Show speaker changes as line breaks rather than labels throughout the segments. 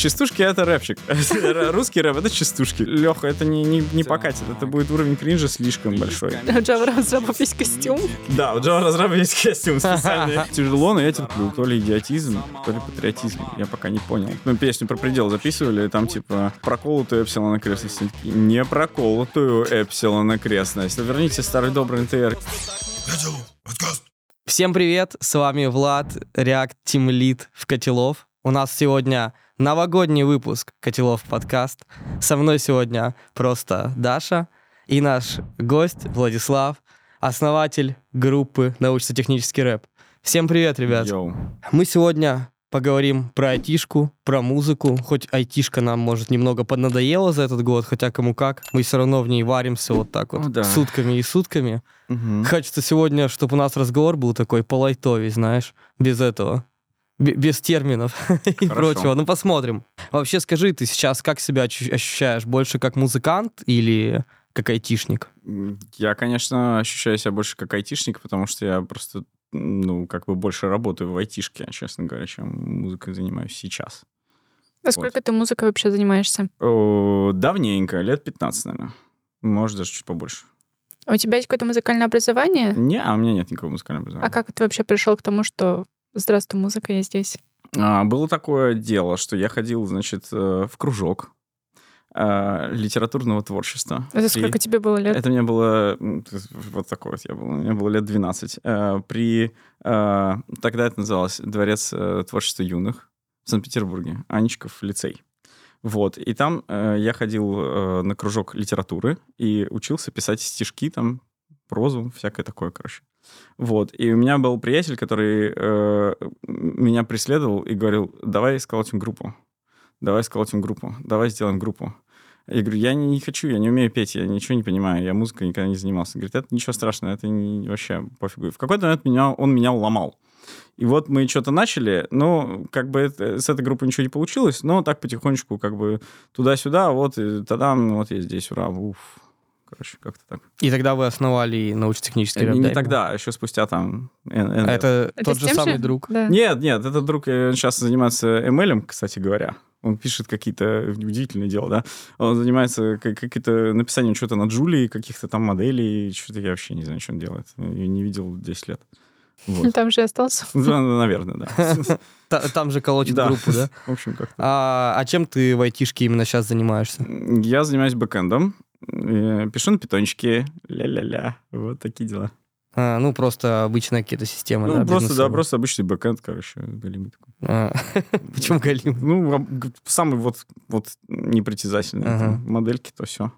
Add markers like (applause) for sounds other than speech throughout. Частушки это рэпчик. (laughs) Русский рэп это частушки. Леха, это не, не, не покатит. Это будет уровень кринжа слишком большой.
(laughs) Джава Разрабов есть костюм.
Да, у Джава Разраба есть костюм специальный. (laughs) Тяжело, но я терплю. То ли идиотизм, то ли патриотизм. Я пока не понял. Мы песню про предел записывали, и там типа проколотую эпсилон окрестность. Они такие, Не проколотую эпсилон окрестность. Верните старый добрый НТР.
Всем привет, с вами Влад, React Team Lead в Котелов. У нас сегодня новогодний выпуск Котелов подкаст. Со мной сегодня просто Даша и наш гость Владислав, основатель группы научно-технический рэп. Всем привет, ребят.
Йоу.
Мы сегодня поговорим про айтишку, про музыку. Хоть айтишка нам, может, немного поднадоела за этот год, хотя кому как. Мы все равно в ней варимся вот так вот
О, да.
сутками и сутками.
Мгм.
Хочется сегодня, чтобы у нас разговор был такой по лайтове, знаешь, без этого. Б- без терминов (laughs) и
Хорошо.
прочего. Ну, посмотрим. Вообще, скажи, ты сейчас как себя ощу- ощущаешь? Больше как музыкант или как айтишник?
М, Я, конечно, ощущаю себя больше как айтишник, потому что я просто, ну, как бы больше работаю в айтишке, честно говоря, чем музыкой занимаюсь сейчас.
А сколько ты музыкой вообще занимаешься?
О, давненько, лет 15, наверное. Может, даже чуть побольше.
У тебя есть какое-то музыкальное образование?
Не, а у меня нет никакого музыкального
А
образования.
как ты вообще пришел к тому, что здравствуй, музыка, я здесь?
А, было такое дело, что я ходил, значит, э, в кружок э, литературного творчества.
Это
При-
сколько тебе было лет?
Это мне было... м, т- Вот такой вот я был. Мне было лет 12. Э, При... э, Тогда это называлось Дворец э, творчества юных в Санкт-Петербурге. Анечков лицей. Вот. И там э, я ходил э, на кружок литературы и учился писать стишки там, прозу, всякое такое, короче. Вот. И у меня был приятель, который э, меня преследовал и говорил, давай сколотим группу. Давай сколотим группу. Давай сделаем группу. Я говорю, я не, не хочу, я не умею петь, я ничего не понимаю, я музыкой никогда не занимался. Говорит, это ничего страшного, это не- вообще пофигу. И в какой-то момент меня, он меня уломал. И вот мы что-то начали, но как бы это- с этой группы ничего не получилось, но так потихонечку как бы туда-сюда, а вот, и тогда вот я здесь, ура, уф. Короче, как-то так.
И тогда вы основали научно-технический
не,
рэп,
не
да, я
тогда, а еще спустя там... э, Н-
понимаю?
Н-
А Это
Это
тот
с
же
тем
самый друг.
(laughs) Да.
Нет, нет, этот друг сейчас занимается ML, кстати говоря. Он пишет какие-то удивительные дела, да. Он занимается ка- какие-то написанием чего-то на Джулии, каких-то там моделей. Что-то я вообще не знаю, что он делает. Я её не видел 10 лет.
(laughs)
Вот.
Там же и остался.
Да, Наверное, да.
Та- Там же колотит
Да.
группу, да?
В общем, как
(laughs) А, а чем ты в айтишке именно сейчас занимаешься?
Я занимаюсь бэкэндом, э, пишу на питончике, ля-ля-ля, вот такие дела.
А, ну, просто обычные какие-то системы,
Ну,
да,
просто, да,
бизнесовые.
просто обычный бэкэнд, короче, голимый такой.
А, (laughs) Почему Галим?
Ну, а, г- самый вот, вот непритязательный.
Ага.
там, Модельки, то все.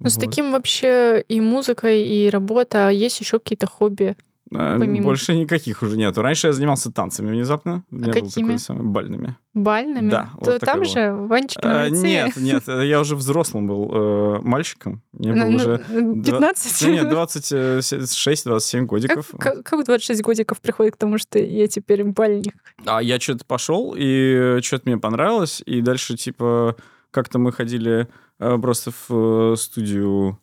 Ну, с таким вообще и музыкой, и работа, а есть еще какие-то хобби. помимо-
А, ну,
А
Больше никаких уже нету. Раньше я занимался танцами внезапно. У меня был
какими?
такой самый, бальными.
Бальными.
Да, вот такое
То там
было.
же, в Ванечкином
Э,
лицее.
нет, нет, э, я уже взрослым был э, мальчиком. Мне
Ну,
было
(laughs)
уже...
ну, 15?
Ну, нет, 26-27
(laughs) Как,
годиков.
как, как в 26 годиков приходит к тому, что я теперь бальник?
А я что-то пошел, и что-то мне понравилось, и дальше, типа, как-то мы ходили э, просто в э, студию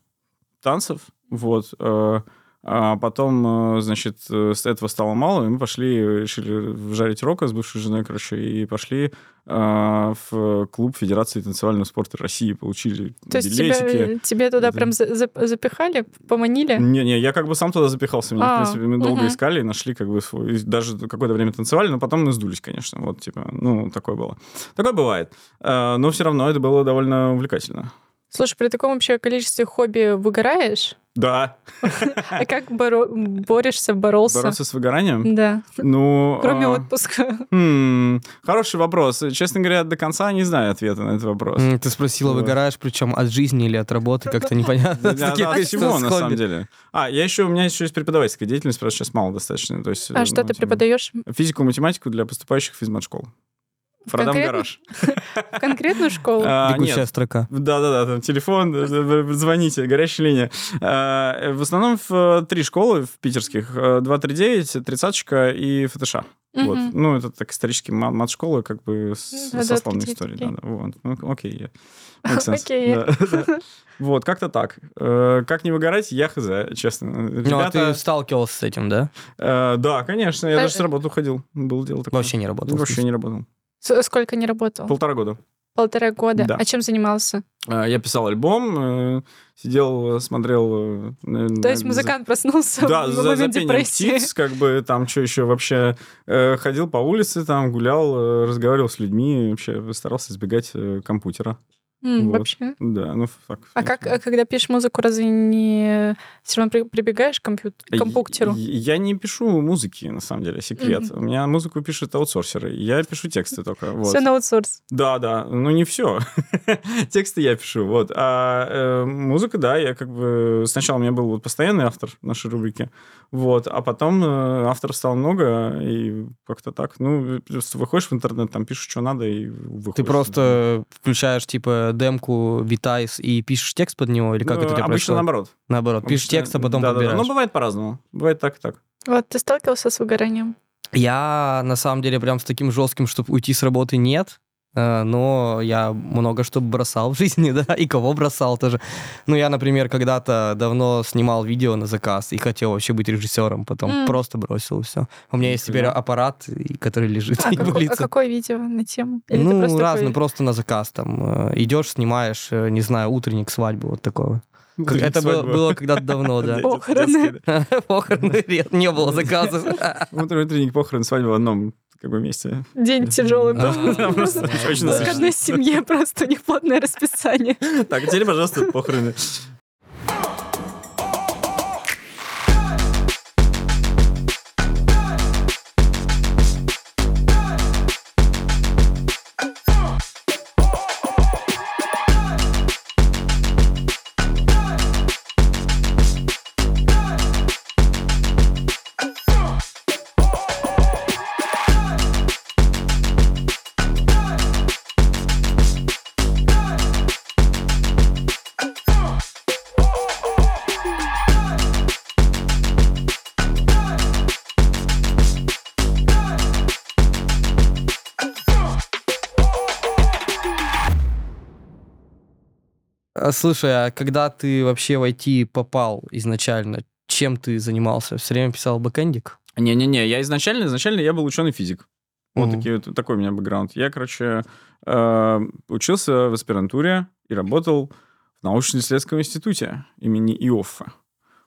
танцев, вот, э, а потом, э, значит, э, с этого стало мало, и мы пошли, э, решили жарить рока с бывшей женой, короче, и пошли э, в клуб Федерации танцевального спорта России, получили
То есть
билетики.
тебя, э, тебя
Да.
туда прям за- за- запихали, поманили?
Не-не, я как бы сам туда запихался. Меня,
А,
в принципе, мы долго
мгм.
искали и нашли как бы свой... и Даже какое-то время танцевали, но потом мы сдулись, конечно. Вот, типа, ну, такое было. Такое бывает. Э, Но все равно это было довольно увлекательно.
Слушай, при таком вообще количестве хобби выгораешь?
Да.
А как боро- борешься, боролся?
Бороться с выгоранием?
Да.
Ну...
Кроме
а,
отпуска.
хм, Хороший вопрос. Честно говоря, до конца не знаю ответа на этот вопрос.
М, Ты спросила,
Вот.
выгораешь, причем от жизни или от работы, как-то непонятно.
(laughs) (laughs) Да, да,
Такие
от
количество
всего, на
хобби.
самом деле. А, я еще, у меня еще есть преподавательская деятельность, просто сейчас мало достаточно. То есть,
А
э,
что
ну,
ты
типа, (laughs)
преподаешь?
Физику, математику для поступающих в физмат-школу. Продам
конкретно?
гараж.
В конкретную школу?
А, нет,
Бегущая строка.
Да-да-да, там телефон, э, э, звоните, горячая линия. Э, В основном в э, три школы в питерских. э, 239, тридцаточка и ФТШ. Вот.
Мгм.
Ну, это так исторически ма- мат-школы, как бы с,
Ну да,
со славной
да,
историей.
окей.
Да, да, вот. Ну, окей. я- make sense.
Окей.
Да, да. Вот, как-то так. Э, Как не выгорать, я хз, честно. Э,
Ну, а ты
Ребята,
сталкивался с этим, да?
э, да, конечно, я
Э,
даже с работы уходил. Было дело такое.
Вообще не работал.
Вообще не работал.
С- Сколько не работал?
Полтора года.
Полтора года.
Да.
А чем занимался?
Э, Я писал альбом, э, сидел, э, смотрел... э, на-
То есть
на-
музыкант проснулся
Да,
в
за, за
момент
пением
депрессии.
птиц, как бы там что еще вообще э, ходил по улице, там гулял, э, разговаривал с людьми, вообще старался избегать э, компьютера.
(laughs) М,
Вот.
Вообще.
Да, ну ф- так.
А как, а когда пишешь музыку, разве не все равно при- прибегаешь к, компью-
Э,
к компьютеру?
Я, я не пишу музыки, на самом деле, секрет. У меня музыку пишут аутсорсеры, я пишу тексты только. вот.
Все на аутсорс.
Да, да, ну не все. (laughs) Тексты я пишу, вот. А э, музыка, да, я как бы... Сначала у меня был вот постоянный автор нашей рубрики, вот, а потом э, авторов стало много, и как-то так, ну, просто выходишь в интернет, там пишешь, что надо, и выходишь.
Ты просто включаешь, типа, демку, витайс и пишешь текст под него? Или как
Ну,
это у тебя
Обычно
происходит?
наоборот.
Наоборот, пишешь
Обычно-
текст, а потом
да, да, да.
подбираешь.
Ну, бывает по-разному. Бывает так и так.
Вот ты сталкивался с выгоранием?
(laughs)
Я, на самом деле, прям с таким жестким, чтобы уйти с работы, нет. Э, Но я много что бросал в (laughs) жизни, да, и кого бросал тоже. Ну, я, например, когда-то давно снимал видео на заказ и хотел вообще быть режиссером, потом
М.
просто бросил и все. У меня есть
Нифига.
теперь аппарат, и- который лежит
А,
(laughs) и
какой- а
пылится.
какое видео на тему? Или ты
Ну,
просто такой-
разные, просто на заказ там. э, Идешь, снимаешь, э, не знаю, утренник, свадьбу, вот такого. Как- это было,
Свадьба.
было когда-то
(laughs)
давно, да. (laughs)
О. Похороны.
Детские, да.
Похороны, нет, не было заказов.
Утро, утренник, похорон, свадьба в одном как бы месте.
День тяжелый был.
(laughs) Да, да, просто очень
В
насыщенно.
одной семье (laughs) просто у них плотное расписание.
Так, теперь, пожалуйста, похороны.
А, Слушай, а когда ты вообще в IT попал изначально, чем ты занимался? Все время писал бэкэндик?
Не-не-не, я изначально, изначально я был ученый-физик. Вот
Мгм.
такие, вот- такой у меня бэкграунд. Я, короче, э, учился в аспирантуре и работал в научно-исследовательском институте имени Иоффа.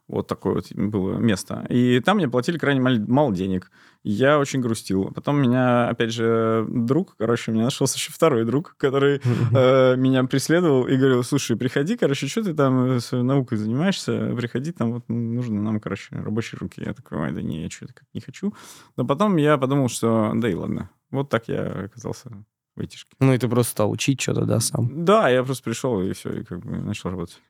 Вот такое вот было место. И там мне платили крайне мал- мало денег. Я очень грустил. Потом меня, опять же, друг, короче, у меня нашелся еще второй друг, который э, меня преследовал и говорил, слушай, приходи, короче, что ты там э, своей наукой занимаешься, приходи, там вот нужно нам, короче, рабочие руки. Я такой, ой, да не, я что-то как не хочу. Но потом я подумал, что да и ладно. Вот так я оказался в айтишке.
Ну и ты просто стал учить что-то, да, сам.
Да, я просто пришел и все, и как бы начал работать.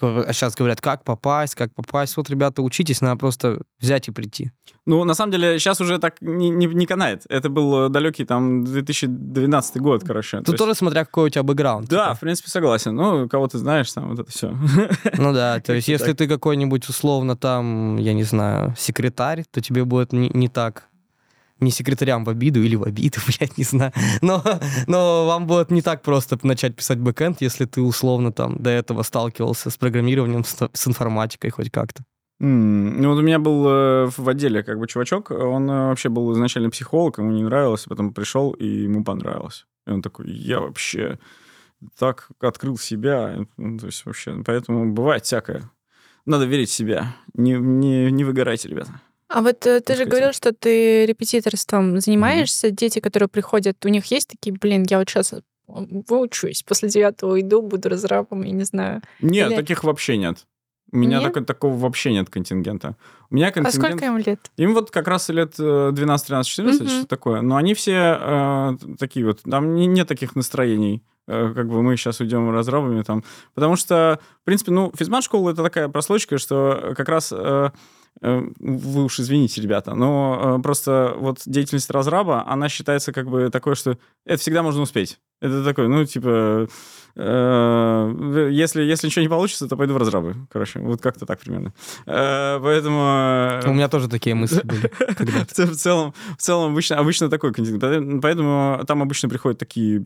А сейчас говорят, как попасть, как попасть. Вот, ребята, учитесь, надо просто взять и прийти.
Ну, на самом деле, сейчас уже так не, не, не канает. Это был э, далекий там 2012 год, короче. То
Тут
есть-
тоже смотря какой у тебя бэкграунд.
Да, в
типа.
принципе, согласен. Ну, кого ты знаешь, там вот это все. (laughs)
Ну да, то
Как-то
есть если
так.
ты какой-нибудь условно там, я не знаю, секретарь, то тебе будет не, не так не секретарям в обиду или в обиду, (laughs) блядь, не знаю. Но, но вам будет не так просто начать писать бэкэнд, если ты условно там до этого сталкивался с программированием, с, с информатикой хоть как-то.
М, Ну вот у меня был э, в в отделе как бы чувачок, он э, вообще был изначально психолог, ему не нравилось, а потом пришел и ему понравилось. И он такой, я вообще так открыл себя, Ну, то есть вообще, поэтому бывает всякое. Надо верить в себя, не, не, не выгорайте, ребята.
А вот э, ты
Пускай
же говорил, что ты репетиторством занимаешься. Дети, которые приходят, у них есть такие, блин, я вот сейчас выучусь, после девятого уйду, буду разрабом, я не знаю.
Нет,
Или-
таких вообще нет. У меня
Нет?
так- такого вообще нет контингента. У меня
А
контингент...
сколько им лет?
Им вот как раз лет э, 12, 13, 14,
Мгм.
что такое. Но они все э, такие вот, там не- нет таких настроений, э, как бы мы сейчас уйдем разрабами там. Потому что, в принципе, ну, физмат-школа это такая прослойка, что как раз... э, э, вы уж извините, ребята, но э, просто вот деятельность разраба, она считается как бы такой, что это всегда можно успеть. Это такой, ну, типа, э, если, если ничего не получится, то пойду в разрабы. Короче, вот как-то так примерно. Э, поэтому... э,
У меня тоже такие мысли были. когда-то.
в цел- в целом, в целом обычно, обычно такой контингент. Поэтому- Поэтому там обычно приходят такие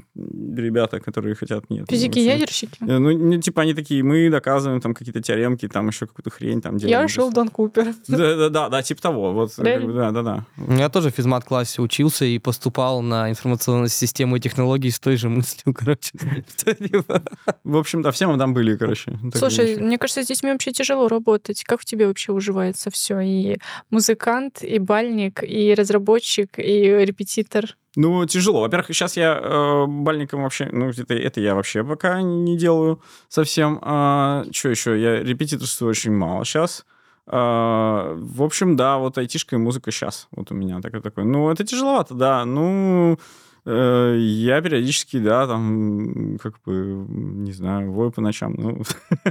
ребята, которые хотят, нет. вообще.
Физики-ядерщики.
Э, Ну, не- типа, они такие, мы доказываем там какие-то теоремки, там еще какую-то хрень там делаем.
Я ушел в Дон Купер.
Да, да, да, да, типа того. Вот, как
Реально?
бы, да, да, да.
Я тоже в физмат-классе учился и поступал на информационную систему и технологии с той же мыслью, короче. (laughs) типа. что-либо.
В общем, да, все мы там были, короче. Так или
Слушай,
иначе.
мне кажется, с детьми вообще тяжело работать. Как в тебе вообще уживается все? И музыкант, и бальник, и разработчик, и репетитор.
Ну, тяжело. Во-первых, сейчас я э, бальником вообще, ну, это, это я вообще пока не делаю совсем. что еще? Я репетиторствую очень мало сейчас. в общем, да, вот айтишка и музыка сейчас вот у меня такой такой. Ну, это тяжеловато, да. Ну, э, я периодически, да, там, как бы, не знаю, вою по ночам. Ну,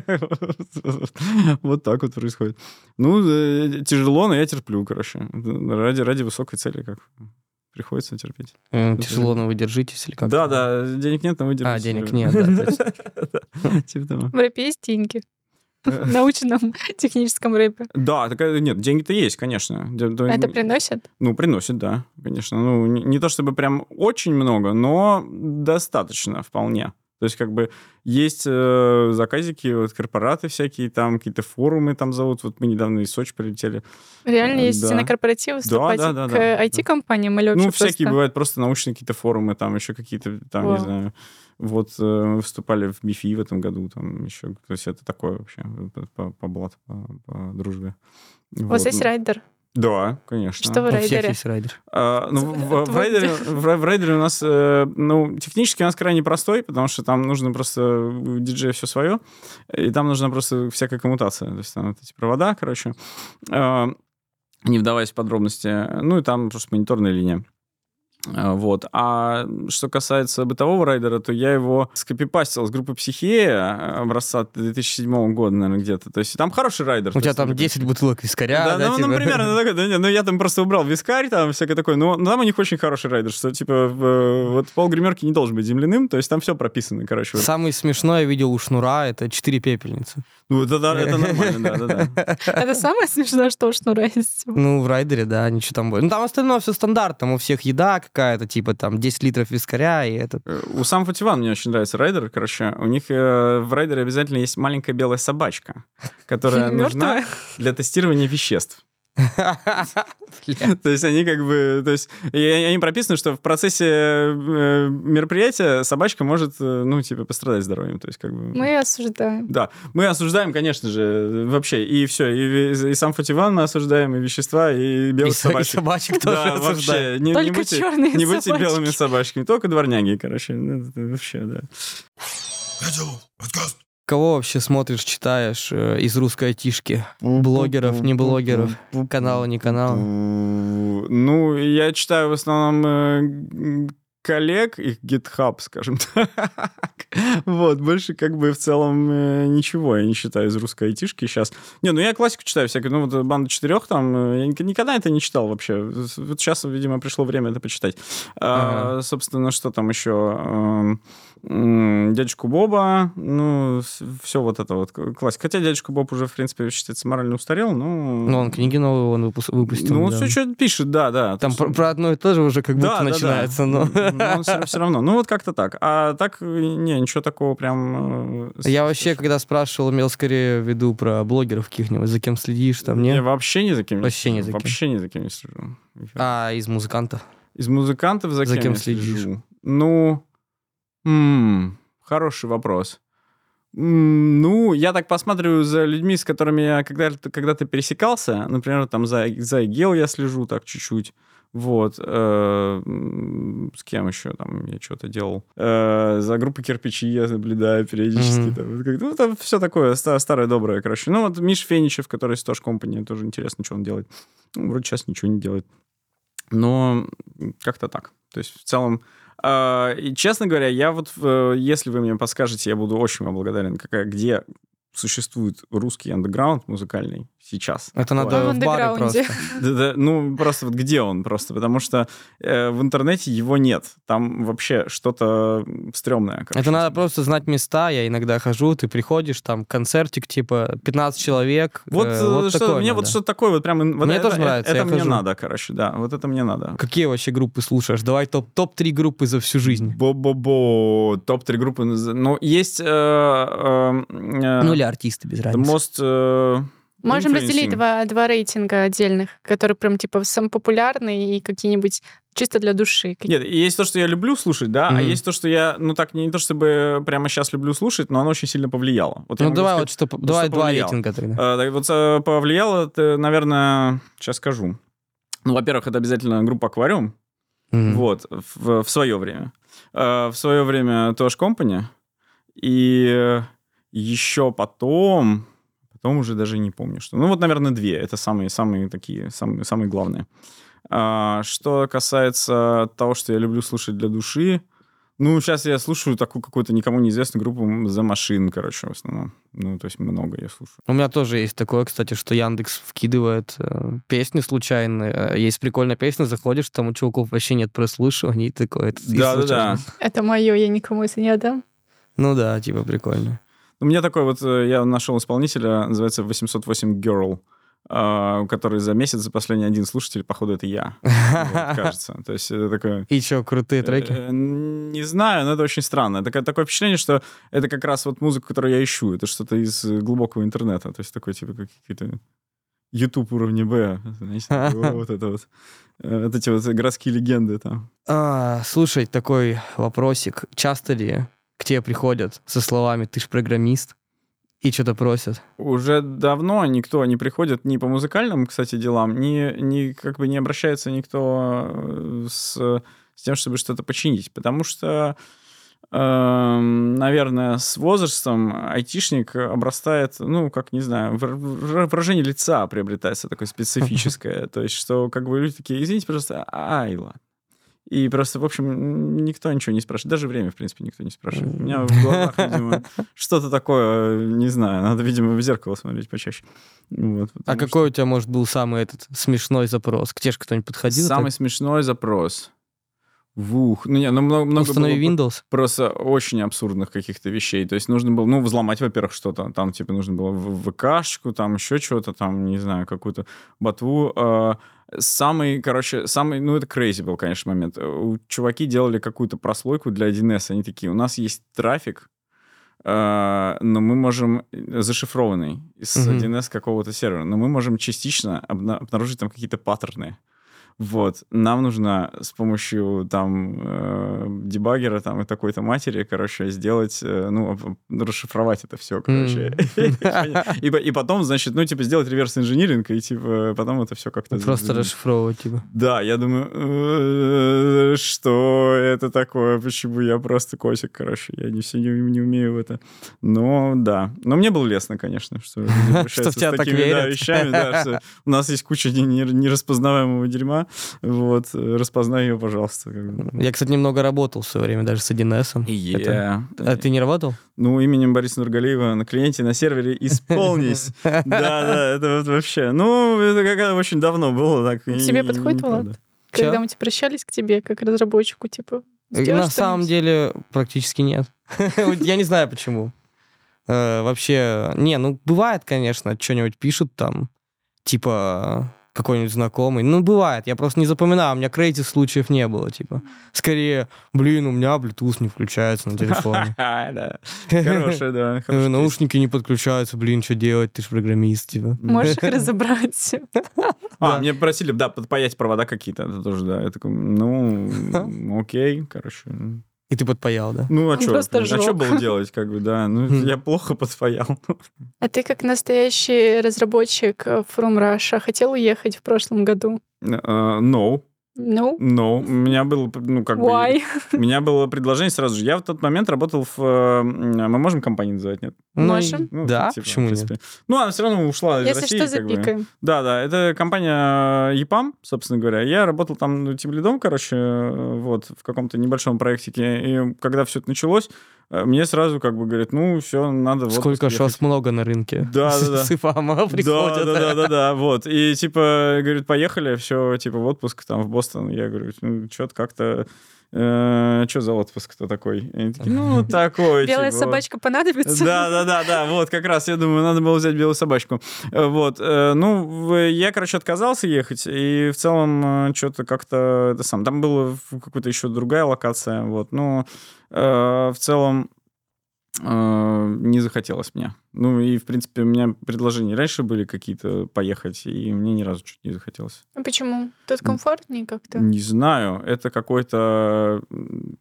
(laughs) вот так вот происходит. Ну, э, тяжело, но я терплю, короче. Ради, ради высокой цели как приходится терпеть.
М, Тяжело, но вы держитесь или как?
Да, да, денег нет, но вы
А,
держитесь.
денег нет, да, точно.
(laughs) Типа того.
В рэпе есть деньги. В научном техническом рэпе.
Да, такая, нет, деньги-то есть, конечно. Д- да,
Это
н-
приносит?
Ну, приносит, да, конечно. Ну, не, не то чтобы прям очень много, но достаточно вполне. То есть, как бы, есть э, заказики, вот, корпораты всякие, там, какие-то форумы там зовут. Вот мы недавно из Сочи прилетели.
Реально
Э,
есть
да.
на корпоративы вступать
да, да,
к
да.
IT-компаниям или вообще
ну, всякие
просто?
бывают просто научные какие-то форумы, там еще какие-то, там,
Вау.
не знаю. Вот э, вступали в МИФИ в этом году, там еще. То есть это такое вообще, по, по, по блату, по, по дружбе. Ну,
У вас есть райдер?
Да, конечно.
Что вы
У всех
райдере?
есть райдер.
А, ну, в, в
Твой
райдере,
дядя.
в, в райдере у нас, э, ну, технически у нас крайне простой, потому что там нужно просто у диджея все свое, и там нужна просто всякая коммутация, то есть там вот эти провода, короче, А, не вдаваясь в подробности, ну и там просто мониторная линия. А, Вот. А что касается бытового райдера, то я его скопипастил с группы Психея образца 2007 года, наверное, где-то. То есть там хороший райдер.
У
то
тебя
есть
там
он такой-
10 бутылок вискаря.
да, ну,
типа.
ну, примерно такой, да, не, ну, я там просто убрал вискарь, там всякое такое, но, но там у них очень хороший райдер, что, типа, в, э, вот пол гримерки не должен быть земляным, то есть там все прописано,
(laughs)
короче. Вот.
Самое смешное я видел у шнура, это 4 пепельницы.
Ну, это, да, это нормально, да, да, (laughs) да.
Это самое смешное, что у шнура есть.
Ну, в райдере, да, ничего там будет. Ну, там остальное все стандарт, там у всех еда какая-то, типа там 10 литров вискаря и этот. (laughs)
Э, У сам Фативан мне очень нравится райдер, короче. У них э, в райдере обязательно есть маленькая белая собачка, (laughs) которая нужна
Мертвая.
для тестирования веществ. (laughs) То есть они как бы... То есть и они прописаны, что в процессе э, мероприятия собачка может, э, ну, типа, пострадать здоровьем. То есть как бы...
Мы осуждаем.
Да, мы осуждаем, конечно же, вообще, и все, и, и- и сам Фативан мы осуждаем, и вещества, и
И
белых
со- и
собачек.
собачек тоже
Да,
осуждают.
вообще, не, не
Только
будьте,
черные
не будьте
собачки.
белыми собачками, только дворняги, короче, ну, это вообще, да.
Кого вообще смотришь, читаешь э, из русской айтишки? Блогеров, не блогеров, канала, не канала?
Ну, я читаю в основном э, м, коллег, их GitHub, скажем (laughs) так. Вот, больше как бы в целом э, ничего я не считаю из русской айтишки сейчас. Не, ну я классику читаю всякую, ну вот «Банда четырех» там, э, я ник- никогда это не читал вообще. Вот сейчас, видимо, пришло время это почитать. А, Собственно, что там еще? Эм, м, Дядюшку Боба, ну, все вот это вот к- классика. Хотя дядюшка Боб уже, в принципе, считается морально устарел, но...
Ну, он книги новые он выпус- выпустил.
Ну, он
недавно.
все что-то пишет, да, да.
Там
То
про,
есть-
про одно и то же уже как будто
Да, да, да.
начинается, но...
все, равно. Ну, вот как-то так. А так, э, не, ничего такого прям... э, с-
(laughs) Я вообще, когда спрашивал, имел скорее в виду про блогеров каких-нибудь, за кем следишь, там,
Я
нет?
вообще ни за кем не
Вообще ни
слежу,
за кем.
Вообще ни за кем не слежу.
А, из музыкантов.
Из музыкантов за,
за кем
я
следишь?
слежу? Ну, м, хороший вопрос. М, Ну, я так посмотрю за людьми, с которыми я когда- когда-то пересекался. Например, там за, за Игел я слежу так чуть-чуть. Вот. э, м, с кем еще там я что-то делал? Э, за группой кирпичи я наблюдаю периодически.
Мгм.
там, вот как- ну, там все такое ста- старое доброе, короче. Ну, вот Миш Феничев, который из Tosh Company, тоже интересно, что он делает. Ну, вроде сейчас ничего не делает. Но м, как-то так. То есть в целом... а, э, и, честно говоря, я вот, э, если вы мне подскажете, я буду очень вам благодарен, какая, где существует русский андеграунд музыкальный сейчас.
Это
Он
надо
в
в бары
андеграунде.
просто.
(laughs) Да-да, ну, просто вот где он просто? Потому что э, в интернете его нет. Там вообще что-то стрёмное. короче.
Это надо просто знать места. Я иногда хожу, ты приходишь, там концертик, типа 15 человек.
Вот,
э,
э, что,
такое
мне вот
надо.
что-то такое вот прям... вот
Мне
это,
тоже нравится,
Это
я
мне
хожу.
надо, короче, да. Вот это мне надо.
Какие вообще группы слушаешь? Давай топ- топ-3 группы за всю жизнь.
Бо-бо-бо. Топ-3 группы. наз- Ну, есть... э, э, э,
Ну или артисты, без
The
разницы.
Most... э,
Можем разделить
Influencing.
два, два рейтинга отдельных, которые прям типа самые популярные и какие-нибудь чисто для души. Какие-
Нет, есть то, что я люблю слушать, да, а
Мгм.
есть то, что я, ну так, не то чтобы прямо сейчас люблю слушать, но оно очень сильно повлияло. Вот я
Ну
могу
давай
сказать,
вот что, давай
что
два
повлияло?
рейтинга тогда.
Э, так вот э, повлияло, это, наверное, сейчас скажу. Ну, во-первых, это обязательно группа «Аквариум»,
Мгм.
вот, в, свое время. Э, в свое время «Тош Компани», и еще потом, потом уже даже не помню, что. Ну, вот, наверное, две, это самые-самые такие, самые, самые главные. А, что касается того, что я люблю слушать для души, ну, сейчас я слушаю такую какую-то никому неизвестную группу «The Machine», короче, в основном. Ну, то есть много я слушаю.
У меня тоже есть такое, кстати, что Яндекс вкидывает э, песни случайно. Э, Есть прикольная песня, заходишь, там у чуваков вообще нет прослушиваний, и такое. это- и
Да-да-да.
случайно.
Это мое, я никому это не отдам.
Ну да, типа прикольно.
У меня такой вот, э, я нашел исполнителя, называется 808 Girl, э, у которой за месяц, за последний один слушатель, походу, это я, вот, кажется. То есть это такое...
И чё, крутые треки?
э, Не знаю, но это очень странно. Такое, такое впечатление, что это как раз вот музыка, которую я ищу. Это что-то из э, глубокого интернета. То есть такой, типа, как какие-то YouTube уровня Б. Знаете, такое, вот это вот. Э, Вот эти вот городские легенды там.
А, слушай, такой вопросик. Часто ли к тебе приходят со словами «ты ж программист» и что-то просят?
Уже давно никто не приходит ни по музыкальным, кстати, делам, ни, ни как бы не обращается никто э, с, с тем, чтобы что-то починить. Потому что, эм, наверное, с возрастом айтишник обрастает, ну, как, не знаю, вр- вр- выражение лица приобретается такое специфическое. То есть, что как бы люди такие, извините, пожалуйста, ай, ладно. И просто, в общем, никто ничего не спрашивает. Даже время, в принципе, никто не спрашивает. У меня в глазах, видимо, что-то такое, э, не знаю, (laughs) надо, видимо, в зеркало смотреть почаще. Вот,
А
потому
какой у тебя, может, был самый этот смешной запрос? К тебе ж кто-нибудь
что
подходил?
Самый
так?
смешной запрос. Вух. Ну, не, ну, много, много было
Установи
про-
Windows?
просто очень абсурдных каких-то вещей. То есть нужно было, ну, взломать, во-первых, что-то. Там, типа, нужно было в- ВКшку, там еще чего-то, там, не знаю, какую-то ботву. Э, Самый, короче, самый, ну, это crazy был, конечно, момент. Э, у- Чуваки делали какую-то прослойку для 1С. Они такие, у нас есть трафик, э, но мы можем э, зашифрованный с
Мгм.
1С какого-то сервера, но мы можем частично обна- обнаружить там какие-то паттерны. Вот, нам нужно с помощью там э, дебаггера там и такой-то матери, короче, сделать, э, ну, об- расшифровать это все, короче. (laughs) И по- И потом, значит, ну, типа, сделать реверс-инжиниринг, и, типа, потом это все как-то...
Просто расшифровывать, типа.
Да, я думаю, «Э, что это такое, почему я просто котик, короче, я не, все не, не умею в это. Но да, но мне было лестно, конечно, что
(laughs)
люди обращаются
в тебя
с
так
такими да,
верят.
вещами, да, что у нас есть куча не- не- нераспознаваемого дерьма, вот, э, распознай ее, пожалуйста. как бы.
Я, кстати, немного работал в свое время даже с 1С. Это- А ты не работал?
Ну, именем Бориса Нургалиева на клиенте, на сервере
(laughs)
исполнись. Да, да, это вот вообще. Ну, это как очень давно было. так, и- ну,
Тебе
и
подходит,
неправда.
Влад?
Чё?
Когда мы обращались к тебе, как разработчику, типа, сделай
Э, На самом
что-нибудь.
деле практически нет. (laughs) Вот Я не знаю почему. Э, Вообще, не, ну бывает, конечно, что-нибудь пишут там, типа какой-нибудь знакомый. Ну, бывает, я просто не запоминаю, у меня крейзи случаев не было, типа. Скорее, блин, у меня Bluetooth не включается на телефоне.
(laughs) Да. Хорошая, да.
(laughs) Э,
хорошая
Наушники не подключаются, блин, что делать, ты ж программист, типа.
песня.
Можешь их разобрать.
А,
да.
мне просили, да, подпаять провода какие-то. Это тоже, да. Я такой,
(laughs)
ну, окей, короче.
И ты подпаял, да?
Ну, а
Он
что?
просто
А
жёг.
что было делать, как бы, да? Ну,
Мгм.
я плохо подпаял. (laughs)
А ты как настоящий разработчик э, From Russia хотел уехать в прошлом году?
Э, No,
Ну,
no. У меня было, ну, как бы...
why?
У меня было предложение сразу же. Я в тот момент работал в... э, м, Мы можем компанию называть, нет?
Ну,
Можем.
Ну,
Да,
типа, в
почему нет?
принципе. Ну, она все равно ушла из
Если
России.
что,
как бы.
запикаем.
Да, да, это компания э, E EPAM, собственно говоря. Я работал типа, там ну, тимлидом, короче, э, вот, в каком-то небольшом проектике. И когда все это началось, э, мне сразу как бы говорят, ну, все, надо... в отпуск
Сколько
ехать.
(laughs)
шос много на рынке.
Да, да, да.
(laughs) С ИФАМа
Да,
А приходят.
да, да, да, да, вот. И типа, говорит, поехали, все, типа, в отпуск там в Бостон. Я говорю, ну, что-то как-то... что за отпуск-то такой? И они такие,
(laughs)
ну, такой,
Белая
типа, вот».
собачка понадобится.
Да, да, да, да, вот как раз, я думаю, надо было взять белую собачку. Э, Вот, э, ну, в- я, короче, отказался ехать, и в целом что-то как-то, это сам, там была в- какая-то еще другая локация, вот, ну, э, в целом э, не захотелось мне. Ну, и, в принципе, у меня предложения раньше были какие-то поехать, и мне ни разу чуть не захотелось.
А Почему? Тут комфортнее как-то.
Не знаю, это какой-то м,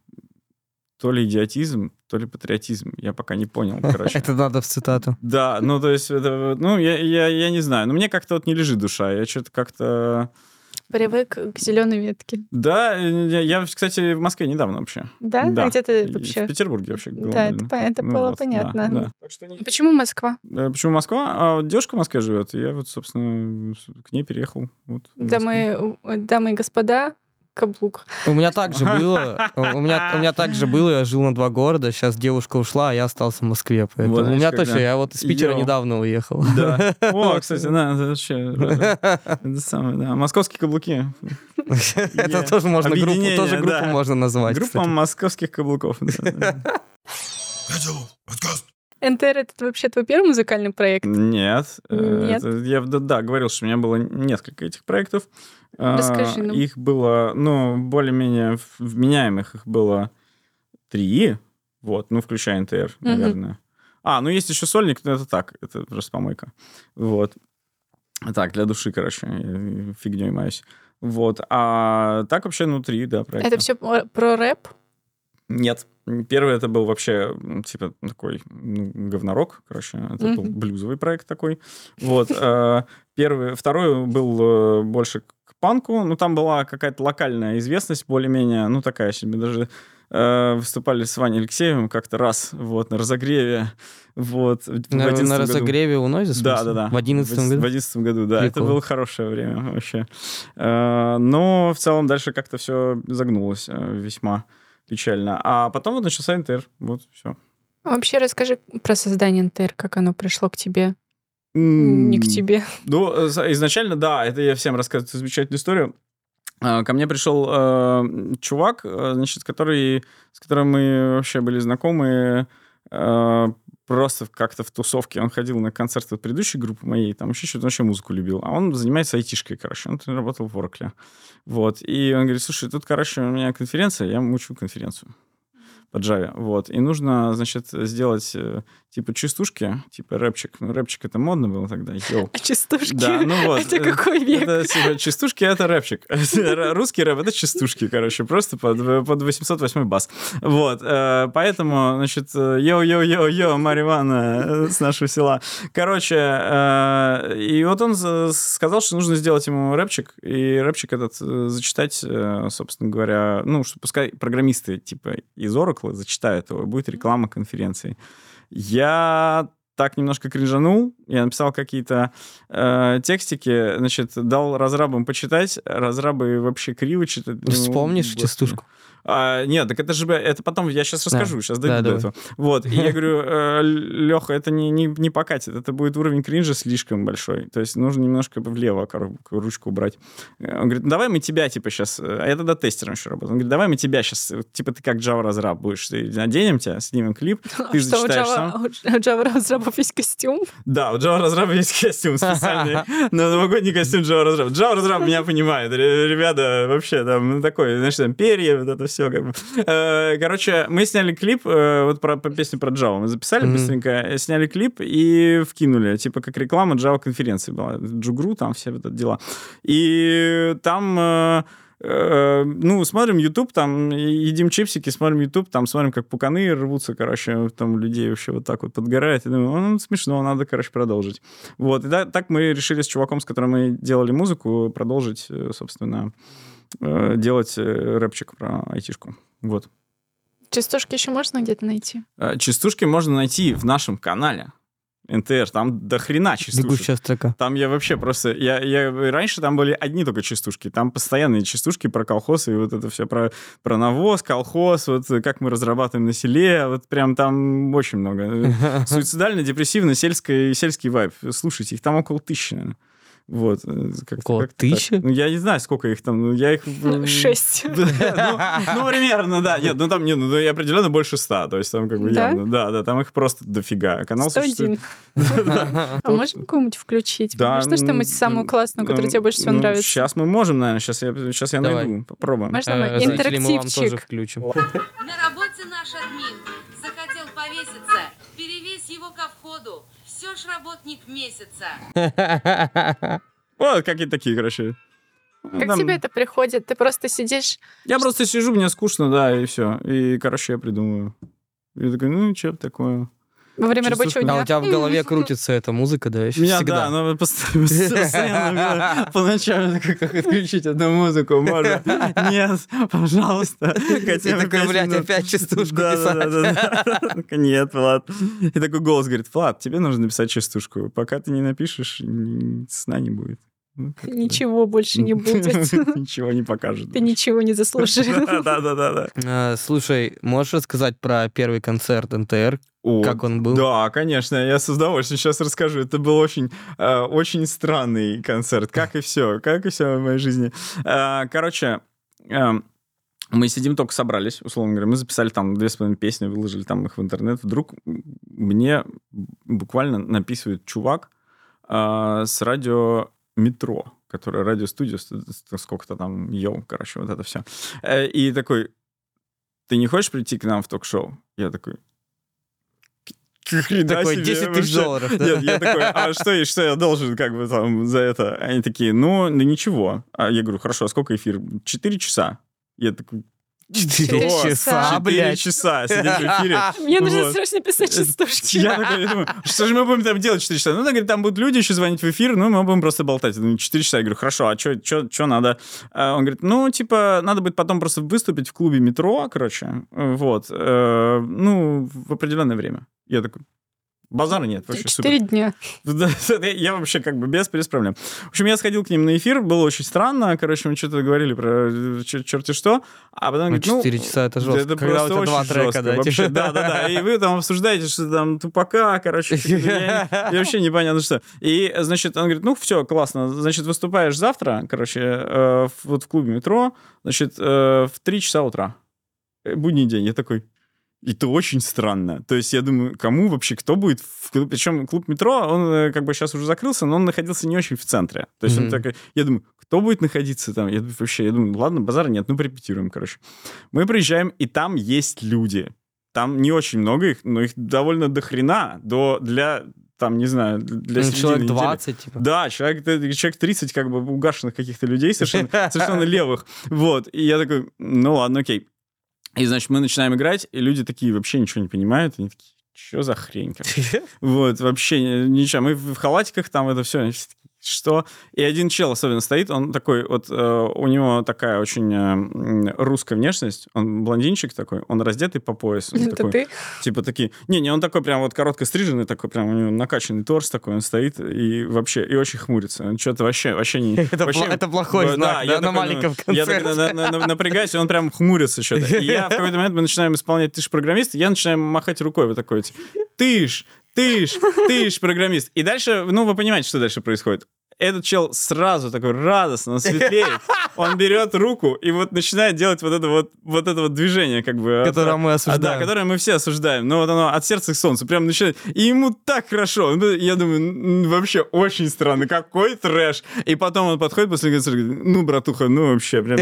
то ли идиотизм, то ли патриотизм, я пока не понял, короче.
Это надо в цитату.
Да, ну то есть, это, вот, ну я, я, я не знаю, но мне как-то вот не лежит душа, я что-то как-то...
Привык к зеленой ветке.
Да, я, я, кстати, в Москве недавно вообще.
Да?
Да.
А Где ты
И В
вообще?
Петербурге вообще. был,
Да, это
наверное.
по- это
Ну
было
вот, да,
понятно.
да.
Почему Москва?
Э, Почему Москва? А вот девушка в Москве живет, и я вот, собственно, с- к ней переехал. Вот, в Москву.
Дамы, э, дамы и господа, каблук.
У меня так же
(laughs)
было. У меня, у меня так же было. Я жил на два города. Сейчас девушка ушла, а я остался в Москве. Поэтому
Вот,
у меня
видишь, как,
точно.
да.
Я вот из Питера
Йоу.
недавно уехал. (laughs)
(laughs)
Да. О, кстати, да, это вообще... Это это самое, да. Московские каблуки.
Это тоже можно группу,
Объединение,
тоже группу
да.
можно назвать.
Группа
кстати.
московских каблуков. да, да.
НТР — это вообще твой первый музыкальный проект?
Нет. э,
Нет.
это я да, да, говорил, что у меня было несколько этих проектов. А,
Расскажи нам.
Их было, ну, более-менее в- вменяемых их было три, вот, ну, включая НТР, наверное. А, ну, есть еще сольник, но это так, это просто помойка. Вот. Так, для души, короче, я фигней маюсь. Вот. А так вообще, ну, три, да, проекта.
Это все про рэп?
Нет. Первый это был вообще, м, типа, такой ну, говнорок, короче. Это был
Мгм.
блюзовый проект такой. Вот. э, Первый, второй был э, больше к панку. Ну, там была какая-то локальная известность более-менее, ну, такая себе. Даже э, выступали с Ваней Алексеевым как-то раз, вот, на разогреве. Вот. в- в
На,
11
на
году.
разогреве у Нойза, в
Да, да,
смысле?
да.
В 11 году?
В 11 году, да. Это
Прикол.
было хорошее время вообще. Э, Но в целом дальше как-то все загнулось э, весьма печально. А потом вот начался НТР. Вот все.
Вообще расскажи про создание НТР, как оно пришло к тебе, не к тебе.
Ну, э, за- изначально, да, это я всем рассказываю эту замечательную историю. А, Ко мне пришел э, чувак, э, значит, который, с которым мы вообще были знакомы э, просто в- как-то в тусовке. Он ходил на концерты предыдущей группы моей, там еще что-то, он вообще музыку любил. А он занимается айтишкой, короче, он работал в Oracle. Вот, и он говорит, слушай, тут, короче, у меня конференция, я мучу конференцию по Java, вот. И нужно, значит, сделать, э, типа, частушки, типа, рэпчик. Ну, рэпчик это модно было тогда, йоу.
А частушки?
Да, ну вот.
Это какой век?
Это типа, частушки, это рэпчик. (laughs) Р- Русский рэп — это частушки, короче, просто под, под 808 бас. Вот, э, поэтому, значит, э, йо-йо-йо-йо, Маривана э, с нашего села. Короче, э, и вот он за- сказал, что нужно сделать ему рэпчик, и рэпчик этот э, зачитать, э, собственно говоря, ну, что пускай программисты, типа, из Oracle зачитают его, и будет реклама конференции. Я так немножко кринжанул, я написал какие-то э, текстики, значит, дал разрабам почитать, разрабы вообще криво читают. Ну,
Вспомнишь
господи.
частушку?
А, нет, так это же, бля, это потом, я сейчас
Да.
расскажу, сейчас
Да,
дойду до
давай.
этого. Вот, и я говорю, Леха, это не, не, не покатит, это будет уровень кринжа слишком большой, то есть нужно немножко влево коробку- ручку убрать. Э, Он говорит, давай мы тебя, типа, сейчас, а я тогда тестером еще работал, он говорит, давай мы тебя сейчас, типа, ты как Java-разраб будешь, ты- наденем тебя, снимем
(laughs)
клип, ты
А Что, у
зачитаешь сам.
Java, у Java разработчиков есть костюм?
Да, у Java разраба есть костюм специальный. Но новогодний костюм Java разраба. Java разраб меня понимает. ре- Ребята, вообще там ну, такой, значит, там перья, вот это все. Как бы. Э, Короче, мы сняли клип э, вот про по песню про Java. Мы записали
Мгм.
быстренько, э, сняли клип и вкинули. Типа как реклама Java конференции была. Джугру, там все вот это дела. И там э, э, ну, смотрим YouTube, там, и- едим чипсики, смотрим YouTube, там, смотрим, как пуканы рвутся, короче, там, у людей вообще вот так вот подгорает. И думаю, ну, смешно, надо, короче, продолжить. Вот, и да- так мы решили с чуваком, с которым мы делали музыку, продолжить, э, собственно, э, делать э, рэпчик про айтишку. Вот.
Частушки еще можно где-то найти?
Э, Частушки можно найти в нашем канале. НТР, там до хрена частушек.
Бегущая строка.
Там я вообще просто... Я, я, раньше там были одни только частушки. Там постоянные частушки про колхоз и вот это все про, про навоз, колхоз, вот э, как мы разрабатываем на селе. Вот прям там очень много.
(laughs)
Суицидально, депрессивно, сельский, сельский вайб. Слушайте, их там около тысячи, наверное. Вот. э, как-то-
Около
как-то так.
тысячи?
Ну, я не знаю, сколько их там. ну, Я их...
Ну,
м,
Шесть. (laughs)
да, Ну, ну, примерно, да. Нет, ну там не, ну, и определенно больше ста. То есть там как бы
Да?
явно. Да, да, там их просто дофига. Канал
Сто
существует
один.
(laughs)
Типа, А можем кому-нибудь включить?
Да,
Что ж
ну,
там самую классную, которая тебе больше всего нравится?
Сейчас ну, мы можем, наверное. Сейчас я, сейчас я
Давай.
найду. Попробуем.
Можно мы
Э, зрители, мы вам тоже
интерактивчик?
включим.
На работе наш админ захотел повеситься. Перевесь его ко входу. Все ж работник месяца.
Вот какие такие, короче. Ну,
Как
там-
тебе это приходит? Ты просто сидишь...
Я просто сижу, мне скучно, да, и все. И, короче, я придумываю. Я такой, ну, что такое?
Во время
Чувствуешь,
рабочего
как-
А
дня.
у тебя в голове крутится эта музыка, да,
У
еще
меня, да, ну.
всегда?
она пост- постоянно да, по ночам я такой, как отключить одну музыку, можно? Нет, пожалуйста. хотя бы
И такой,
пять
блядь,
минут.
опять частушку
Да, да,
писать.
да, да, да. (laughs) Так, Нет, Влад. И такой голос говорит, Влад, тебе нужно написать частушку. Пока ты не напишешь, ни- сна не будет. Ну, как-то.
Ничего больше
(laughs)
не будет. (laughs)
Ничего не покажет.
Ты ничего
Да,
не заслужил.
(laughs) да, да, да.
Э, Слушай, можешь рассказать про первый концерт НТР? Как он был?
Да, конечно, я с удовольствием сейчас расскажу. Это был очень, э, очень странный концерт, как и все, как и все в моей жизни. Э, короче, эм, мы сидим, только собрались, условно говоря, мы записали там две с половиной песни, выложили там их в интернет. Вдруг мне буквально написывает чувак э, с радио метро, которое радиостудия, ст- ст- сколько-то там, йоу, короче, вот это все. И такой, ты не хочешь прийти к нам в ток-шоу? Я такой, «К- хрена
Такой
себе,
10 тысяч
вообще».
долларов. да?
Нет, я такой, а что, и что я должен как бы там за это? Они такие, ну, ну ничего. А я говорю, хорошо, а сколько эфир? Четыре часа. Я такой,
Четыре
Четыре
часа,
часа.
четыре
блядь.
часа сидеть в эфире.
Мне нужно
Вот. Э,
срочно писать частушки.
Я такой, я думаю, что же мы будем там делать 4 часа? Ну, она говорит, там будут люди еще звонить в эфир, ну, мы будем просто болтать. Я думаю, 4 часа. Я говорю, хорошо, а что надо? А Он говорит, ну, типа, надо будет потом просто выступить в клубе метро, короче, вот, э, ну, в определенное время. Я такой, базара нет, вообще супер.
Четыре дня.
(laughs) Да, Я я вообще как бы без пересправляю. В общем, я сходил к ним на эфир, было очень странно. Короче, мы что-то говорили про э, чер- черти что. А потом...
Ну,
говорит, ну,
4 часа это жестко.
Это
Когда у
просто
тебя два
очень
трека,
жестко
да,
вообще.
типа.
Да, да,
(laughs)
да. И вы там обсуждаете, что там тупака, короче. что-то Я я вообще непонятно что. И, значит, он говорит, ну, все, классно. Значит, выступаешь завтра, короче, э, в- вот в клубе метро, значит, э, в 3 часа утра. Э, Будний день. Я такой, это очень странно. То есть я думаю, кому вообще, кто будет в клубе? Причем клуб метро, он э, как бы сейчас уже закрылся, но он находился не очень в центре. То есть он
Мгм.
такой, я думаю, кто будет находиться там? Я д- вообще, я думаю, ладно, базара нет, ну порепетируем, короче. Мы приезжаем, и там есть люди. Там не очень много их, но их довольно до хрена, до для, там, не знаю, для
Ну,
середины
Человек
недели.
20, типа.
Да, человек, т- человек 30 как бы угашенных каких-то людей, совершенно, совершенно левых. Вот, и я такой, ну ладно, окей. И, значит, мы начинаем играть, и люди такие вообще ничего не понимают, они такие, что за хрень? короче?»
(laughs)
Вот, вообще ни- ничего. Мы в в халатиках там это все. Что? И один чел особенно стоит, он такой, вот э, у него такая очень э, м, русская внешность, он блондинчик такой, он раздетый по поясу. он
Это
такой,
ты?
Типа такие... Не-не, он такой прям вот коротко стриженный, такой прям у него накачанный торс такой, он стоит и вообще, и очень хмурится. Он что-то вообще, вообще не...
(laughs) Это
вообще-
пла- это плохой
Да,
знак,
я такой, ну,
да, на маленьком
Я так
концерте.
на- на- на- напрягаюсь, и он прям хмурится что-то. И я в какой-то момент, мы начинаем исполнять «Ты ж программист», и я начинаю махать рукой вот такой, типа, «Ты ж, ты ж, ты ж программист». И дальше, ну, вы понимаете, что дальше происходит. Этот чел сразу такой радостно, он светлеет. Он берет руку и вот начинает делать вот это вот, вот это вот движение, как бы. от-
Которое мы
а, да,
осуждаем.
которое мы все осуждаем. Но вот оно от сердца к солнцу прям начинает. И ему так хорошо. Ну, Я думаю, «М, вообще очень странно. Какой трэш. И потом он подходит после концерта и говорит, ну, братуха, ну вообще прям...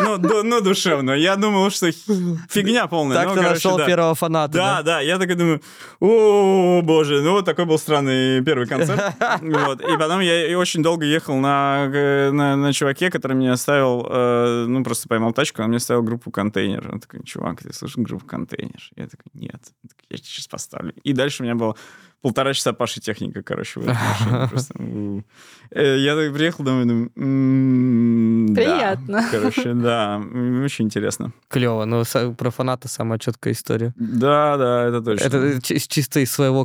Ну, ду- ну, душевно. Я думал, что фигня полная.
Так
Ну,
ты
короче,
нашел
да.
первого фаната.
Да, да, я так и думаю, о, боже, ну вот такой был странный первый концерт. Вот. И потом я и очень долго ехал на, э, на, на чуваке, который мне оставил, э, ну просто поймал тачку, он мне оставил группу «Контейнер». Он такой, чувак, ты слышал группу «Контейнер»? Я такой, нет. Он такой, я сейчас поставлю. И дальше у меня было полтора часа Паши техника, короче, в этой машине просто. У. Э, Я так приехал домой, думаю, «М, да».
Приятно.
Короче, да, м, очень интересно.
Клево, но ну, са- про фаната самая четкая история.
Да, да, это точно.
Это э, чи- чисто из своего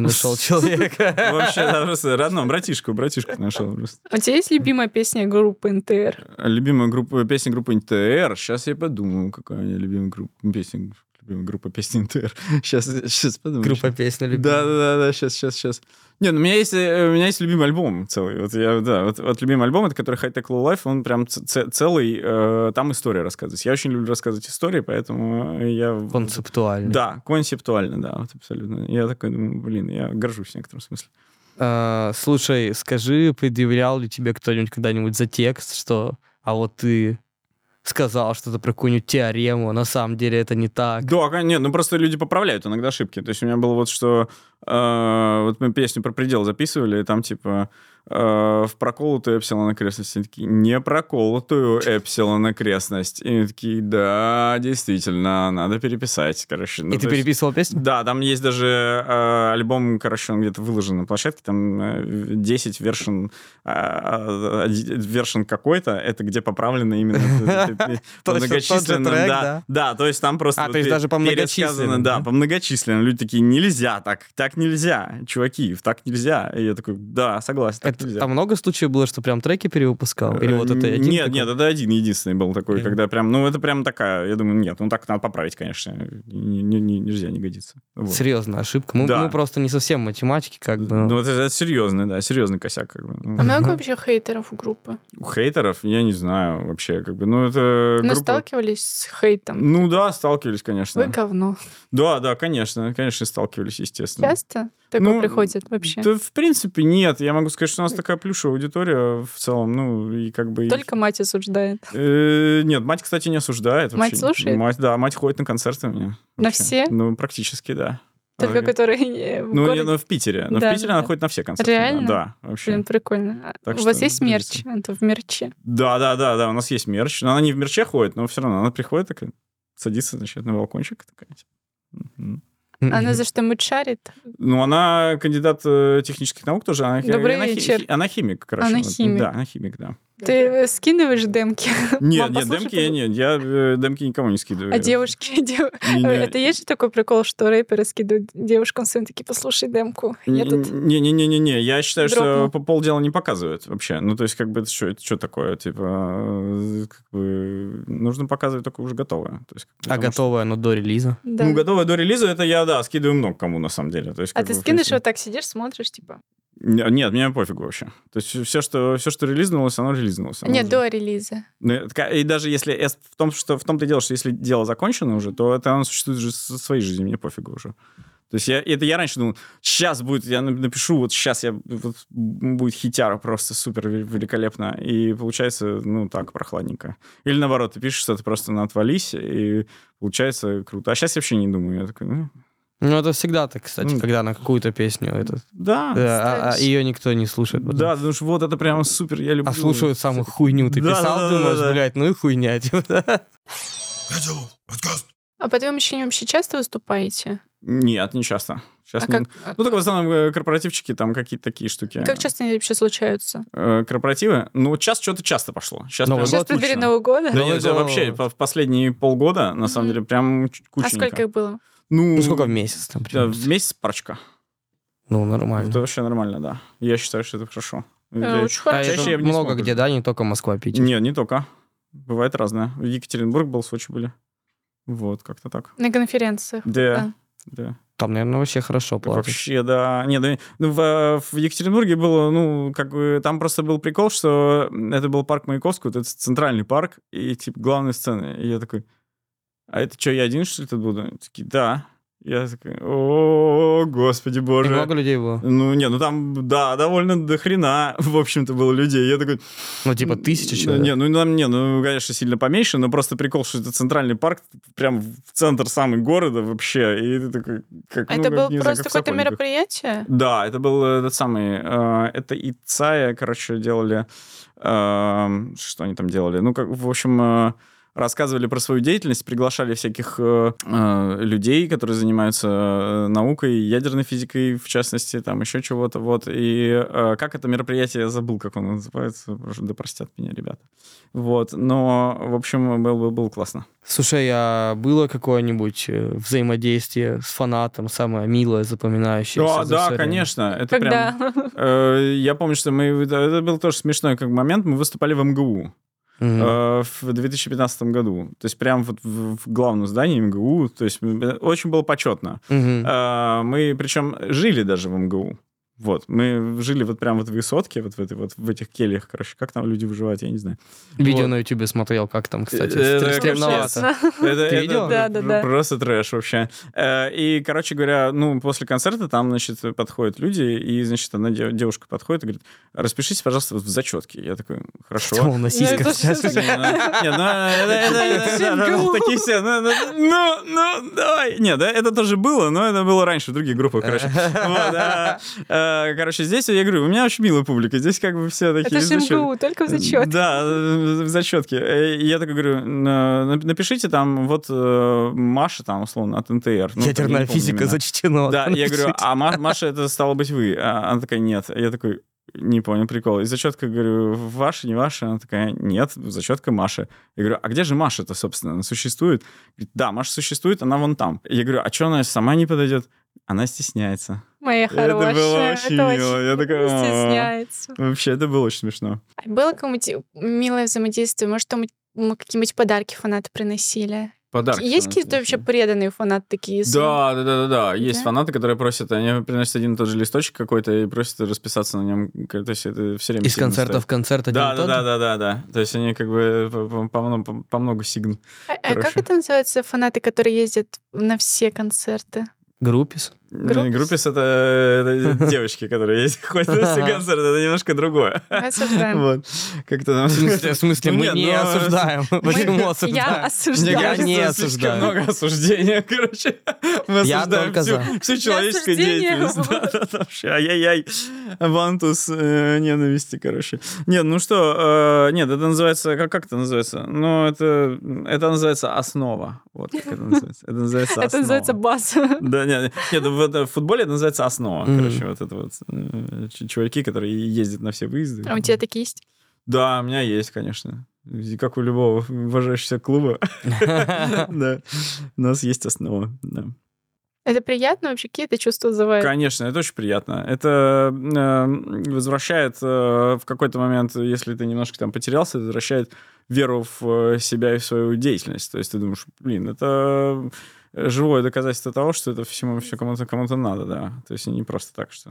(laughs)
нашел человека.
Ну, Вообще, да, просто родном, братишку, братишку нашел просто.
У тебя есть любимая песня группы НТР?
Любимая группа, песня группы НТР. Сейчас я подумаю, какая у меня любимая группа, ну, песня, любимая группа песни (laughs) НТР. Сейчас, сейчас подумаю.
Группа песня
Да,
любимая.
да, да, да, сейчас, сейчас, сейчас. Не, ну у меня есть, э, у меня есть любимый альбом целый. Вот я, да, вот, вот любимый альбом, это который High Tech Low Life, он прям ц- ц- целый, э, там история рассказывается. Я очень люблю рассказывать истории, поэтому э, я...
Концептуально.
Да, концептуально, да, вот абсолютно. Я такой думаю, блин, я горжусь в некотором смысле.
А, Слушай, скажи, предъявлял ли тебе кто-нибудь когда-нибудь за текст, что а вот ты сказал что-то про какую-нибудь теорему, а на самом деле это не так.
Да, кон- нет, ну просто люди поправляют иногда ошибки. То есть у меня было вот что... э, вот мы песню про предел записывали, и там типа э, в проколотую эпсилон окрестность. Они такие, не проколотую эпсилон окрестность. И они такие, да, действительно, надо переписать, короче. Ну,
И
то
ты
есть-
переписывал песню?
Да, там есть даже э, альбом, короче, он где-то выложен на площадке, там э, 10 вершин, э, э, вершин какой-то, это где поправлены именно
(laughs)
по
Точно тот же
многочисленным.
трек,
Да,
да.
да, то есть там просто...
А,
вот
то есть
пе-
даже по
пересказано,
многочисленным,
Да,
да?
по многочисленным. Люди такие, нельзя так, так нельзя, чуваки, так нельзя. И я такой, да, согласен, так
Это-
нельзя.
Там много случаев было, что прям треки перевыпускал? Или
Э,
вот это один
Нет,
такой?
нет, это один единственный был такой,
Мгм.
когда прям, ну это прям такая, я думаю, нет, ну так надо поправить, конечно, Не- не- не- нельзя не годиться. Вот.
Серьезная ошибка. Мы,
Да.
мы просто не совсем математики, как бы.
Ну, это, это серьезный, да, серьезный косяк, как бы. Ну,
А много вообще хейтеров у группы?
У хейтеров, я не знаю вообще, как бы, ну, это
Мы
группа-
сталкивались с хейтом.
Ну, да, сталкивались, конечно.
Вы говно.
Да, да, конечно, конечно, сталкивались, естественно.
Часто такое
Ну,
приходит вообще?
Да, в принципе, нет. Я могу сказать, что у нас такая плюшевая аудитория в целом, ну, и как бы... и-
Только мать осуждает.
Э, нет, мать, кстати, не осуждает вообще.
Мать слушает?
Мать, да, мать ходит на концерты у меня.
На
вообще.
все?
Ну, практически, да.
Только
Э,
которые в
Ну,
городе.
я, ну, в Питере. Ну,
Да,
в Питере
да,
она
да.
ходит на все концерты.
Реально?
Да, да, вообще.
Блин, прикольно. А
Так
у вас
что
есть мерч?
двигаться.
Это
(laughs)
в мерче.
Да, да, да, да, у нас есть мерч. Но она не в мерче ходит, но все равно она приходит такая, садится, значит, на балкончик. Такая. типа. Мгм.
Мгм.
Она за что-нибудь шарит?
Ну, она кандидат э, технических наук тоже. Она,
Добрый
она хи-
вечер.
хи- она химик, короче.
Она
вот. ну,
химик.
Да, она химик, да.
Ты э, скидываешь демки?
Нет,
Мам,
нет,
послушай,
демки я нет. Я э, демки никому не скидываю.
А девушки... (laughs) дев-
Меня-
Это есть же такой прикол, что рэперы скидывают девушкам своим такие, послушай демку. Я тут...
Не-не-не-не, я считаю,
Дропнул.
что по полдела не показывают вообще. Ну, то есть, как бы, это что, это что такое? Типа, э, как бы, нужно показывать только уже готовое. То есть, как бы,
А
потому что-
готовая, но до релиза.
Да.
Ну, готовое до релиза, это я, да, скидываю много кому, на самом деле. То есть,
А
как А
ты
бы, в
скинешь,
принципе-
вот так сидишь, смотришь, типа...
Не- Нет, мне пофигу вообще. То есть все, что, все, что релизнулось, оно релизнулось. оно
Нет,
уже-
до релиза.
Ну, это ка- И даже если... эс- В, том, что, в том-то и дело, что если дело закончено уже, то это оно существует же со своей жизнью, мне пофигу уже. То есть я, это я раньше думал, сейчас будет, я на- напишу, вот сейчас я, вот будет хитяра просто супер ве- великолепно. И получается, ну, так, прохладненько. Или наоборот, ты пишешь что-то просто на отвались, и получается круто. А сейчас я вообще не думаю. Я такой, ну,
Ну, это всегда так, кстати,
Ну.
когда на какую-то песню этот.
да,
Да, а- а
ставишь.
ее никто не слушает. потом.
Да, потому что вот это прямо супер, я люблю.
А слушают самую хуйню. Ты
Да,
писал,
да, да,
думаешь,
да, да.
блядь, ну и хуйня. типа, да.
А по твоему ощущению, вообще часто выступаете?
Нет, не часто. Сейчас
А
не-
как,
Ну, только в основном э, корпоративчики, там какие-то такие штуки.
как часто они вообще случаются?
Э, корпоративы. Ну, вот сейчас что-то часто пошло. Сейчас
Новый
прям Ну,
Сейчас
год
перед
кучно.
Нового года?
А Да
Новый
нет, это
год.
вообще по- в последние полгода, на самом
Мгм.
деле, прям ч-
А
кученько.
сколько их было?
Ну, сколько в месяц там?
да,
примерно?
в месяц парочка.
Ну,
Это
нормально.
вообще нормально, да. Я считаю, что это хорошо.
Э,
Я-
Очень
А
хорошо.
это
чаще я бы не
много
смог
где,
уже.
да, не только Москва, Питер.
Нет, не только. Бывает разное. В Екатеринбург был, в Сочи были. Вот, как-то так.
На конференциях.
Да, да.
Там, наверное, вообще хорошо
Так
платят.
Вообще, да. Не, да, ну, в, в Екатеринбурге было, ну, как бы, там просто был прикол, что это был парк Маяковского, вот это центральный парк, и, типа, главные сцены. И я такой, а это что, я один, что ли, тут буду? Они такие, да. Я такой, о, господи
И
боже.
много людей было.
Ну, не, ну там, да, довольно до хрена, (laughs) в общем-то, было людей. Я такой...
Ну, типа тысячи
«Ну,
человек.
Не, ну, нам, не, ну, конечно, сильно поменьше, но просто прикол, что это центральный парк, прям в центр самый города вообще. И ты такой... Как,
А
ну,
это
как,
было
не знаю,
просто
как в
какое-то
Сокольниках.
мероприятие?
Да, это был э, этот самый... э, Это и эм, Цая, короче, делали... э, Что они там делали? Ну, как, в общем, э, рассказывали про свою деятельность, приглашали всяких э, э, людей, которые занимаются э, наукой, ядерной физикой, в частности, там еще чего-то. Вот. И э, как это мероприятие, я забыл, как оно называется, Боже, да простят меня ребята. Вот. Но, в общем, было, было классно.
Слушай, а было какое-нибудь э, взаимодействие с фанатом, самое милое, запоминающееся?
Да,
за
да,
всё время?
конечно. Это прям...
Когда? (laughs)
Э, Я помню, что мы... да, Это был тоже смешной как момент. Мы выступали в МГУ
Мгм.
э, в 2015 году. То есть прям вот в в главном здании МГУ. То есть м, э, очень было почетно.
Мгм.
Э, Мы причем жили даже в МГУ. Вот, мы жили вот прям вот в высотке, вот в, этой, вот в этих кельях, короче, как там люди выживают, я не
(laughs)
знаю.
Видео
вот.
на ютубе смотрел, как там, кстати,
Э,
стр-
это, (laughs)
стремновато.
Это,
Ты
это
видел?
Да, да,
пр-
да.
Просто трэш вообще. Э, И, короче говоря, ну, после концерта там, значит, подходят люди, и, значит, одна де- девушка подходит и говорит, распишитесь, пожалуйста, вот в зачетке. Я такой, хорошо.
Думал, на сиськах. (laughs)
это
сейчас
что-то
Не, ну, не,
уже.
ну, это- это- это-
Всем
это-
кому?
Такие все, ну, ну, ну, ну, давай. Не, да, это тоже было, но это было раньше в других группах, короче. Вот, а, э, Короче, здесь, я говорю, у меня очень милая публика, здесь как бы все такие
Это же
зачётки.
МГУ, только в зачет.
Да, э, в зачетке. Э, и Я так говорю, на- на- напишите там, вот э, Маша там, условно, от НТР. Ну, я
Ядерная
не помню
физика
имена.
зачтена.
Да, я говорю,
Напишите.
а Ма- Маша, это стало быть вы. А Она такая, нет. Я такой, не понял, прикол. И зачетка, говорю, ваша, не ваша? Она такая, нет, зачетка Маша. Я говорю, а где же Маша-то, собственно? Она существует? Говорит, да, Маша существует, она вон там. Я говорю, а что она сама не подойдет? Она стесняется.
Моя
Это было
хорошая.
очень
это
мило. Я такой, «А».
стесняется.
Вообще, это было очень смешно.
А Было какое-нибудь милое взаимодействие? Может, там мы какие-нибудь подарки фанаты приносили?
Подарки.
Есть
у нас
какие-то вообще преданные фанаты такие? с-
Да, да, да, да, да. Есть
Да?
фанаты, которые просят, они приносят один и тот же листочек какой-то и просят расписаться на нем. То есть это все время.
Из
сигн
концерта в
стоит.
концерт один
Да, да,
и тот
да,
же?
да, да, да. То есть они как бы по, по- по мно- по- по много сигн.
А, а как
Хорошо.
это называется? Фанаты, которые ездят на все концерты?
Группис.
Группис?
Группис это, это девочки, которые ездят, ходят на все концерты, это немножко другое. (laughs)
Мы осуждаем.
Вот. Как-то там...
В смысле, в смысле,
Ну,
мы
нет,
не
но- (laughs)
осуждаем. (laughs) Почему
Я
осуждаем?
Мне
Я
осуждаю.
кажется,
не
слишком
осуждаю.
много осуждения, (laughs) короче. Мы
Я
осуждаем
только
всю,
за.
всю человеческую
осуждение.
деятельность. Да, да, да, вообще, ай-яй-яй. Вантус э, ненависти, короче. Нет, ну что, э, нет, это называется, как, как это называется? Ну, это, это называется основа. Вот как это называется. Это называется основа.
Это называется база.
Да, нет, нет, ну, в, это- в футболе это называется основа,
Мгм.
короче, вот это вот э, ч- чуваки, которые ездят на все выезды.
А у тебя такие есть?
Да, у меня есть, конечно. Как у любого уважающегося клуба. (laughs) Да. У нас есть основа. да.
Это приятно вообще? Какие это чувства вызывает?
Конечно, это очень приятно. Это э, возвращает э, в какой-то момент, если ты немножко там потерялся, возвращает веру в э, себя и в свою деятельность. То есть ты думаешь, блин, это э, живое доказательство того, что это всему все кому-то кому-то надо, да. То есть не просто так, что.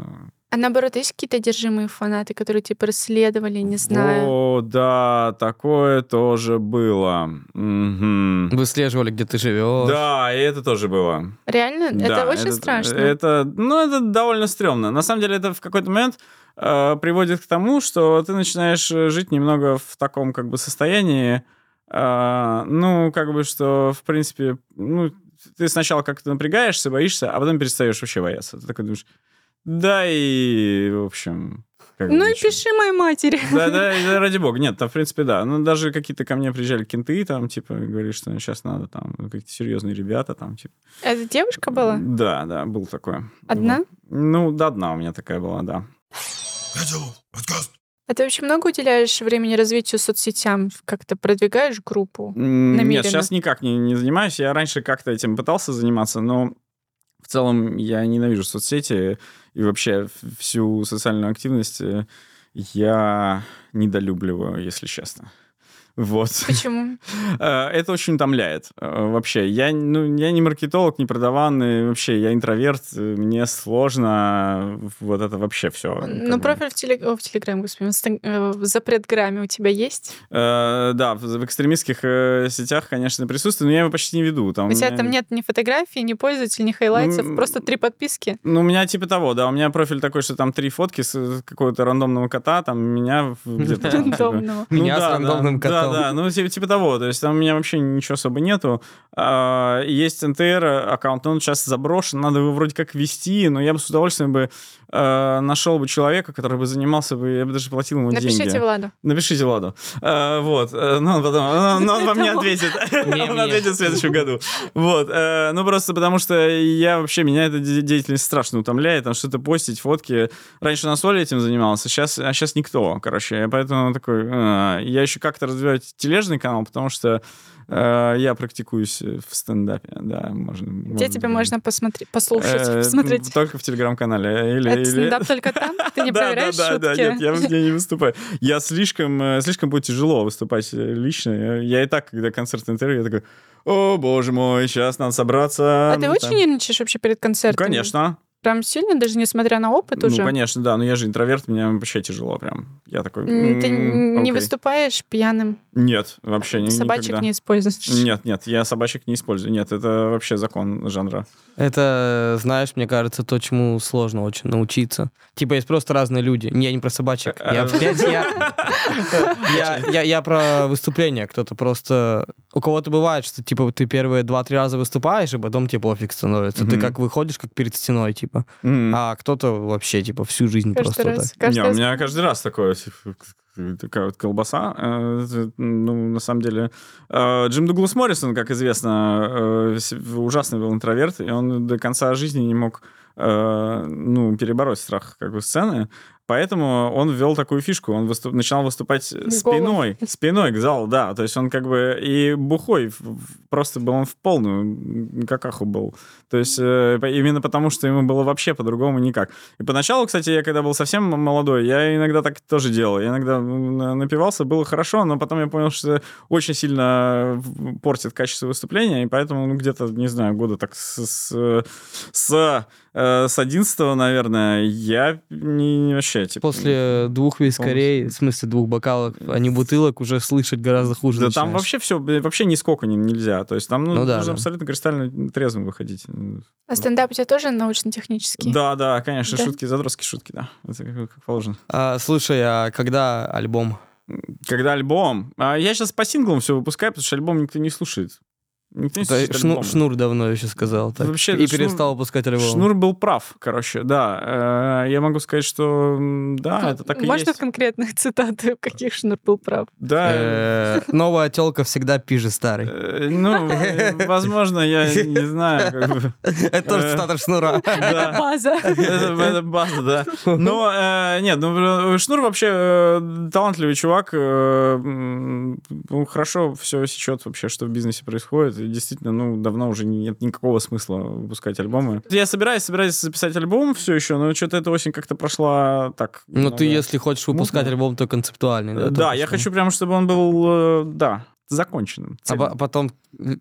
А наоборот, есть какие-то одержимые фанаты, которые типа расследовали, не знаю?
О, да, такое тоже было. Мгм.
Выслеживали, где ты живешь.
Да, и это тоже было.
Реально?
Да,
Это очень страшно.
Это, ну, это довольно стрёмно. На самом деле, это в какой-то момент э, приводит к тому, что ты начинаешь э, жить немного в таком как бы состоянии, э, ну, как бы, что, в принципе, ну, ты сначала как-то напрягаешься, боишься, а потом перестаешь вообще бояться. Ты такой думаешь, да и, в общем... как бы
Ну и
ничего».
пиши моей матери.
Да, да, и да, ради бога. Нет, там, в принципе, да. Ну, даже какие-то ко мне приезжали кенты, там, типа, говорили, что сейчас надо, там, какие-то серьезные ребята, там, типа.
(laughs) Это девушка была?
Да, да, был такое.
Одна?
Вот. Ну, да, одна у меня такая была, да.
А ты вообще много уделяешь времени развитию соцсетям? Как-то продвигаешь группу?
М, Нет,
Намеренно.
сейчас никак не, не занимаюсь. Я раньше как-то этим пытался заниматься, но в целом я ненавижу соцсети и вообще в- всю социальную активность э, я недолюбливаю, если честно. Вот.
Почему?
Э, Это очень утомляет э, вообще. Я, ну, я не маркетолог, не продаванный, вообще я интроверт, э, мне сложно вот это вообще все.
Ну, профиль в, теле- о, в Телеграм, господи, в Инстаг- э, в запретграме у тебя есть?
Э, да, в, в экстремистских э, сетях, конечно, присутствую, но я его почти не веду. Там,
У тебя
меня- ну,
там нет ни фотографий, ни пользователей, ни хайлайтов,
М,
просто три
(laughs)
подписки.
Ну, у меня типа того, да. У меня профиль такой, что там три фотки с э, какого-то рандомного кота, там меня в- где-то там, типа.
(laughs) Рандомного.
Ну
Меня с
да, да,
рандомным
да,
котом. понял.
Да, ну типа, типа того, то есть там у меня вообще ничего особо нету. А, есть НТР аккаунт, но он сейчас заброшен, надо его вроде как вести, но я бы с удовольствием бы э, нашел бы человека, который бы занимался бы, я бы даже платил ему деньги.
Напишите Владу.
Напишите Владу. А, вот. Э, Но он потом... Но но он вам не
Тому.
ответит. (laughs)
Не
Он
мне.
ответит в следующем году. Вот. э, Ну, просто потому что я вообще... Меня эта де- деятельность страшно утомляет. Там что-то постить, фотки. Раньше на соли этим занимался, сейчас, а сейчас никто, короче. Я Поэтому такой... «А, Я еще как-то развиваю тележный канал, потому что э, я практикуюсь в стендапе. Да, можно...
Где тебя можно посмотреть, послушать,
Э,
посмотреть?
Только в телеграм-канале. Или,
Это
или...
стендап только там?
(laughs)
Ты не
Да,
проверяешь
да, да,
шутки?
Да, нет, я везде не выступаю. Я слишком, э, слишком будет тяжело выступать э, лично. Я, я и так, когда концерт интервью, я такой, о, боже мой, сейчас надо собраться.
А ты
ну,
очень
там».
нервничаешь вообще перед
Ну,
концертом?
конечно.
Прям сильно, даже несмотря на опыт
Ну,
уже?
конечно, да. Но я же интроверт, мне вообще тяжело прям. Я такой...
М, Ты
«М,
не
окей».
выступаешь пьяным?
Нет, вообще не
Собачек
никогда.
не используешь?
Нет, нет, я собачек не использую. Нет, это вообще закон жанра.
Это, знаешь, мне кажется, то, чему сложно очень научиться. Типа, есть просто разные люди. Не, Я не про собачек. Я,
Э, (laughs)
опять я, я, я, я про выступления. Кто-то просто... У кого-то бывает, что, типа, ты первые два-три раза выступаешь, и потом тебе пофиг становится. Ты
Мгм.
как выходишь, как перед стеной, типа.
М.
А кто-то вообще, типа, всю жизнь
Каждый
просто
раз.
так.
каждый
не, у
раз.
меня каждый раз такое, типа, такая вот колбаса. Э, это, Ну, на самом деле, э, Джим Дуглас Моррисон, как известно, э, с- ужасный был интроверт, и он до конца жизни не мог э, ну, перебороть страх как бы, сцены. Поэтому он ввел такую фишку. Он выступ- начинал выступать э, спиной, спиной к залу, да. То есть он как бы и бухой, в- в- просто был он в полную м, какаху был. То есть э, по- именно потому, что ему было вообще по-другому никак. И поначалу, кстати, я когда был совсем молодой, я иногда так тоже делал. Я иногда м, на- напивался, было хорошо, но потом я понял, что очень сильно э, в- портит качество выступления, и поэтому ну, где-то, не знаю, года так с, с, с, э, с 11 наверное, я не, не вообще... Типа,
После двух вискарей, в смысле двух бокалов, а не бутылок, уже слышать гораздо хуже
Да там
начинаешь.
вообще все, вообще нисколько не- нельзя. То есть там ну,
Ну да,
нужно
да.
абсолютно кристально трезвым выходить.
А стендап у тебя тоже научно-технический?
Да, да, конечно,
Да.
шутки, задростки, шутки, да. Это как- как положено.
А, слушай, а когда альбом?
Когда альбом? А, я сейчас по синглам все выпускаю, потому что альбом никто не слушает. Никто не
Да,
слушает
шну-
альбом.
шнур давно еще сказал. Так.
Ну, Вообще,
и
шнур-
перестал выпускать альбом.
Шнур был прав, короче, да. Э, Я могу сказать, что м, да, это так и
Можно
есть.
в (laughs) конкретных цитатах, каких Шнур был
(laughs)
прав?
Да,
Э, Новая телка всегда пиже старой.
э, ну, э, возможно, я не знаю. как бы.
Это тоже
Э.
цитата шнура.
Да.
База.
Это, это база, да. Но э, нет, ну э, Шнур вообще э, талантливый чувак, э, м, ну, хорошо все сечет вообще, что в бизнесе происходит. И действительно, ну давно уже нет никакого смысла выпускать альбомы. Я собираюсь, собираюсь записать альбом все еще, но что-то эта осень как-то прошла так.
Ну, ты,
да.
если хочешь
Ну,
выпускать
да.
альбом, то концептуальный.
Э, Да,
Да, только
я
что.
хочу прямо, чтобы он был, э, да, законченным.
А
цельным.
по- потом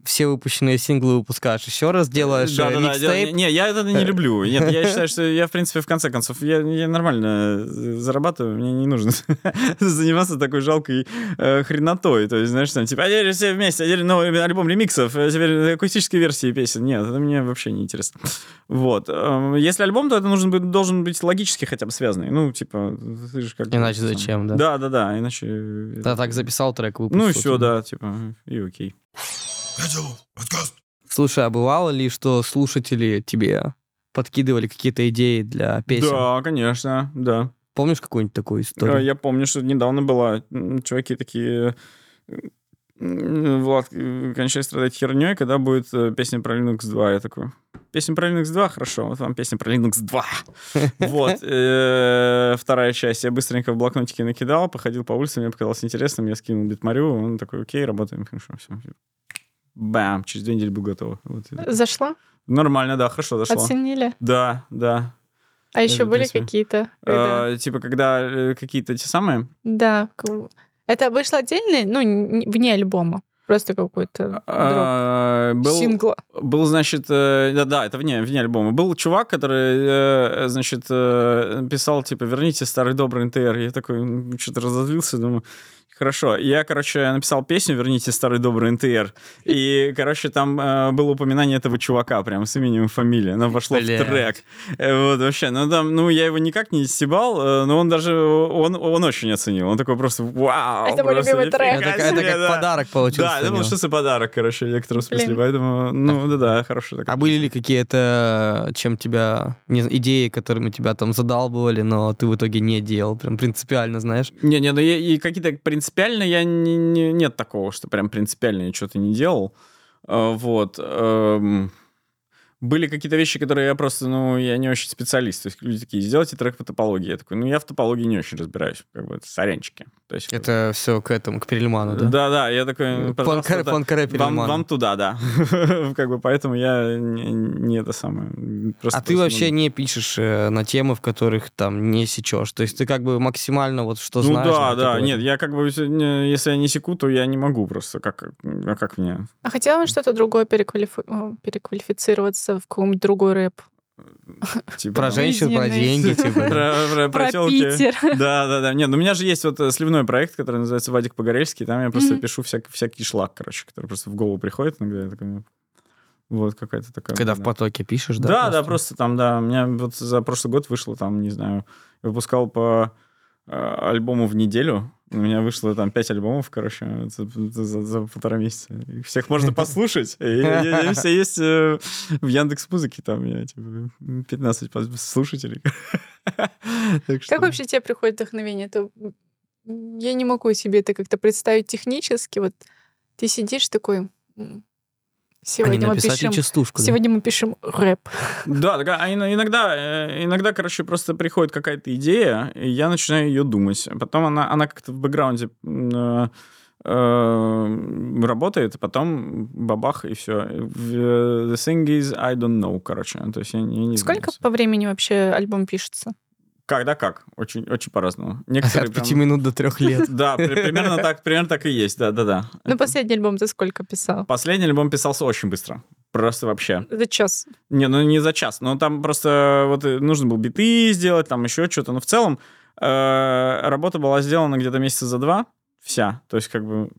все выпущенные синглы выпускаешь еще раз, делаешь
Да,
э,
да, да,
микстейп. Э.
я- Не, я это не люблю. Нет,
(laughs)
я считаю, что я, в принципе, в конце концов, я, я нормально э, зарабатываю, мне не нужно (laughs) заниматься такой жалкой э, хренотой. То есть, знаешь, там, типа, а теперь все вместе, а теперь новый альбом ремиксов, а теперь акустические версии песен. Нет, это мне вообще не интересно. Вот. Эм, Если альбом, то это нужен быть, должен быть логически хотя бы связанный. Ну, типа, ты же как... бы
Иначе
сам.
зачем, да?
Да, да, да, иначе... э,
Да, так записал трек, выпустил.
Ну и все,
типа.
да, типа, и окей.
Слушай, а бывало ли, что слушатели тебе подкидывали какие-то идеи для песен?
Да, конечно, да.
Помнишь какую-нибудь такую
Э,
историю?
Я помню, что недавно была. м, Чуваки такие... м, Влад, э, кончай страдать херней, когда будет э, песня про Linux 2. Я такой, песня про Linux 2, хорошо, вот вам песня про Linux 2. Вот, э, вторая часть. Я быстренько в блокнотике накидал, походил по улице, мне показалось интересным, я скинул битмарю, он такой, окей, работаем, хорошо, все. Бам, через две недели был готово. Вот.
Зашла?
Нормально, да, хорошо дошло.
Оценили?
Да, да.
А еще
Даже
были
песня.
какие-то? когда-
Э, Типа, когда э, какие-то те самые...
Да. к- Это вышло отдельно, ну, н- вне альбома. Просто какой-то дроп.
э, был,
сингла.
Был, значит, э, да, да, это вне, вне альбома. Был чувак, который, э, значит, э, писал, типа, верните старый добрый НТР. Я такой, что-то разозлился, думаю, Хорошо, я, короче, написал песню «Верните старый добрый НТР», и, короче, там э, было упоминание этого чувака прям с именем и фамилией, оно вошло
Блядь.
в трек. Э, вот, вообще, ну, там, ну, я его никак не стебал, э, но он даже, он, он очень оценил, он такой просто «Вау!»
Это мой
просто,
любимый
(laughs)
трек.
«Нифига
Это, как- это
себе,
как
да».
подарок получился.
Да,
у
это
него.
был чисто подарок, короче, в некотором смысле,
Блин.
поэтому, ну, да-да, хороший такой.
А были ли какие-то, чем тебя, не знаю, идеи, которыми тебя там задалбывали, но ты в итоге не делал, прям принципиально, знаешь?
Не, не, ну я- и какие-то принципиально я не, не- нет такого, что прям принципиально я что-то не делал. А, Вот. эм, Были какие-то вещи, которые я просто, ну, я не очень специалист. То есть люди такие, сделайте трек по топологии. Я такой, ну, я в топологии не очень разбираюсь. Как бы, это сорянчики. То есть, э,
Это все к этому, к Перельману, да?
Да, да, я такой... «Ну, пожалуйста,
Планкаре-
да,
Планкаре
Вам,
Перельману.
вам туда, да. (laughs) как бы поэтому я не, не это самое. просто-
А ты
просто,
вообще
ну,
не пишешь э, на темы, в которых там не сечешь. То есть ты как бы максимально вот что
ну
знаешь. а типа
да,
вот
да,
такое.
нет, я как бы, сегодня, если я не секу, то я не могу просто, как, а как мне,
А хотела бы что-то другое переквалифи- э, переквалифицироваться в какой-нибудь другой рэп.
типа,
Про
ну,
женщин, про
(laughs)
Жизненный.
деньги, типа.
Про, про- про
Про
тёлки.
Питер.
(laughs) Да, да, да. Не, ну у меня же есть вот э, сливной проект, который называется Вадик Погорельский. Там я просто
Мгм.
пишу всяк- всякий шлак, короче, который просто в голову приходит иногда. Я такой, ну, вот какая-то такая.
Когда
да.
в потоке пишешь, да?
Да, да, просто там, да. У меня вот за прошлый год вышло там, не знаю, я выпускал по э, альбому в неделю. У меня вышло там пять альбомов, короче, за, за- за полтора месяца. Их всех можно послушать. И они- они все есть э, в Яндекс Музыке. Там я типа 15 пос- слушателей. (laughs) Так что-
Как вообще тебе приходит вдохновение? Это... м, Я не могу себе это как-то представить технически. Вот ты сидишь такой... м,
А не
Сегодня мы
написать ли
пишем...
частушку? да?
Сегодня мы пишем рэп.
Да, так, а ино- иногда, э, иногда, короче, просто приходит какая-то идея, и я начинаю ее думать. Потом она, она как-то в бэкграунде м, э, э, работает, потом бабах, и все. The thing is, I don't know, короче. То есть я, не- не знаю.
Сколько по времени вообще альбом пишется?
Когда как? Очень, очень по-разному. Некоторые
От
прям-
5 минут до 3
(laughs)
лет.
Да, при- примерно так, примерно так и есть, да-да-да.
Ну, последний альбом ты сколько писал?
Последний альбом писался очень быстро. Просто вообще.
За час.
Не, ну не за час, но там просто вот э, нужно было биты сделать, там еще что-то. Но в целом э, работа была сделана где-то месяца за два, вся. То есть как бы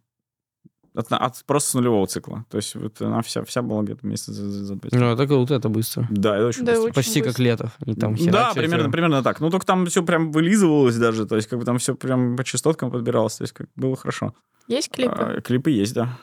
от, на- от- просто с нулевого цикла. То есть вот она вся, вся была где-то месяца за, за- за два.
Ну, так вот это быстро.
Да, это очень
Да,
быстро.
очень
Почти как
быстро.
летов. И там
да,
херачишь,
примерно,
и-
примерно так. Ну, только там все прям вылизывалось даже, то есть как бы там все прям по частоткам подбиралось, то есть как было хорошо.
Есть клипы?
А, клипы есть, да.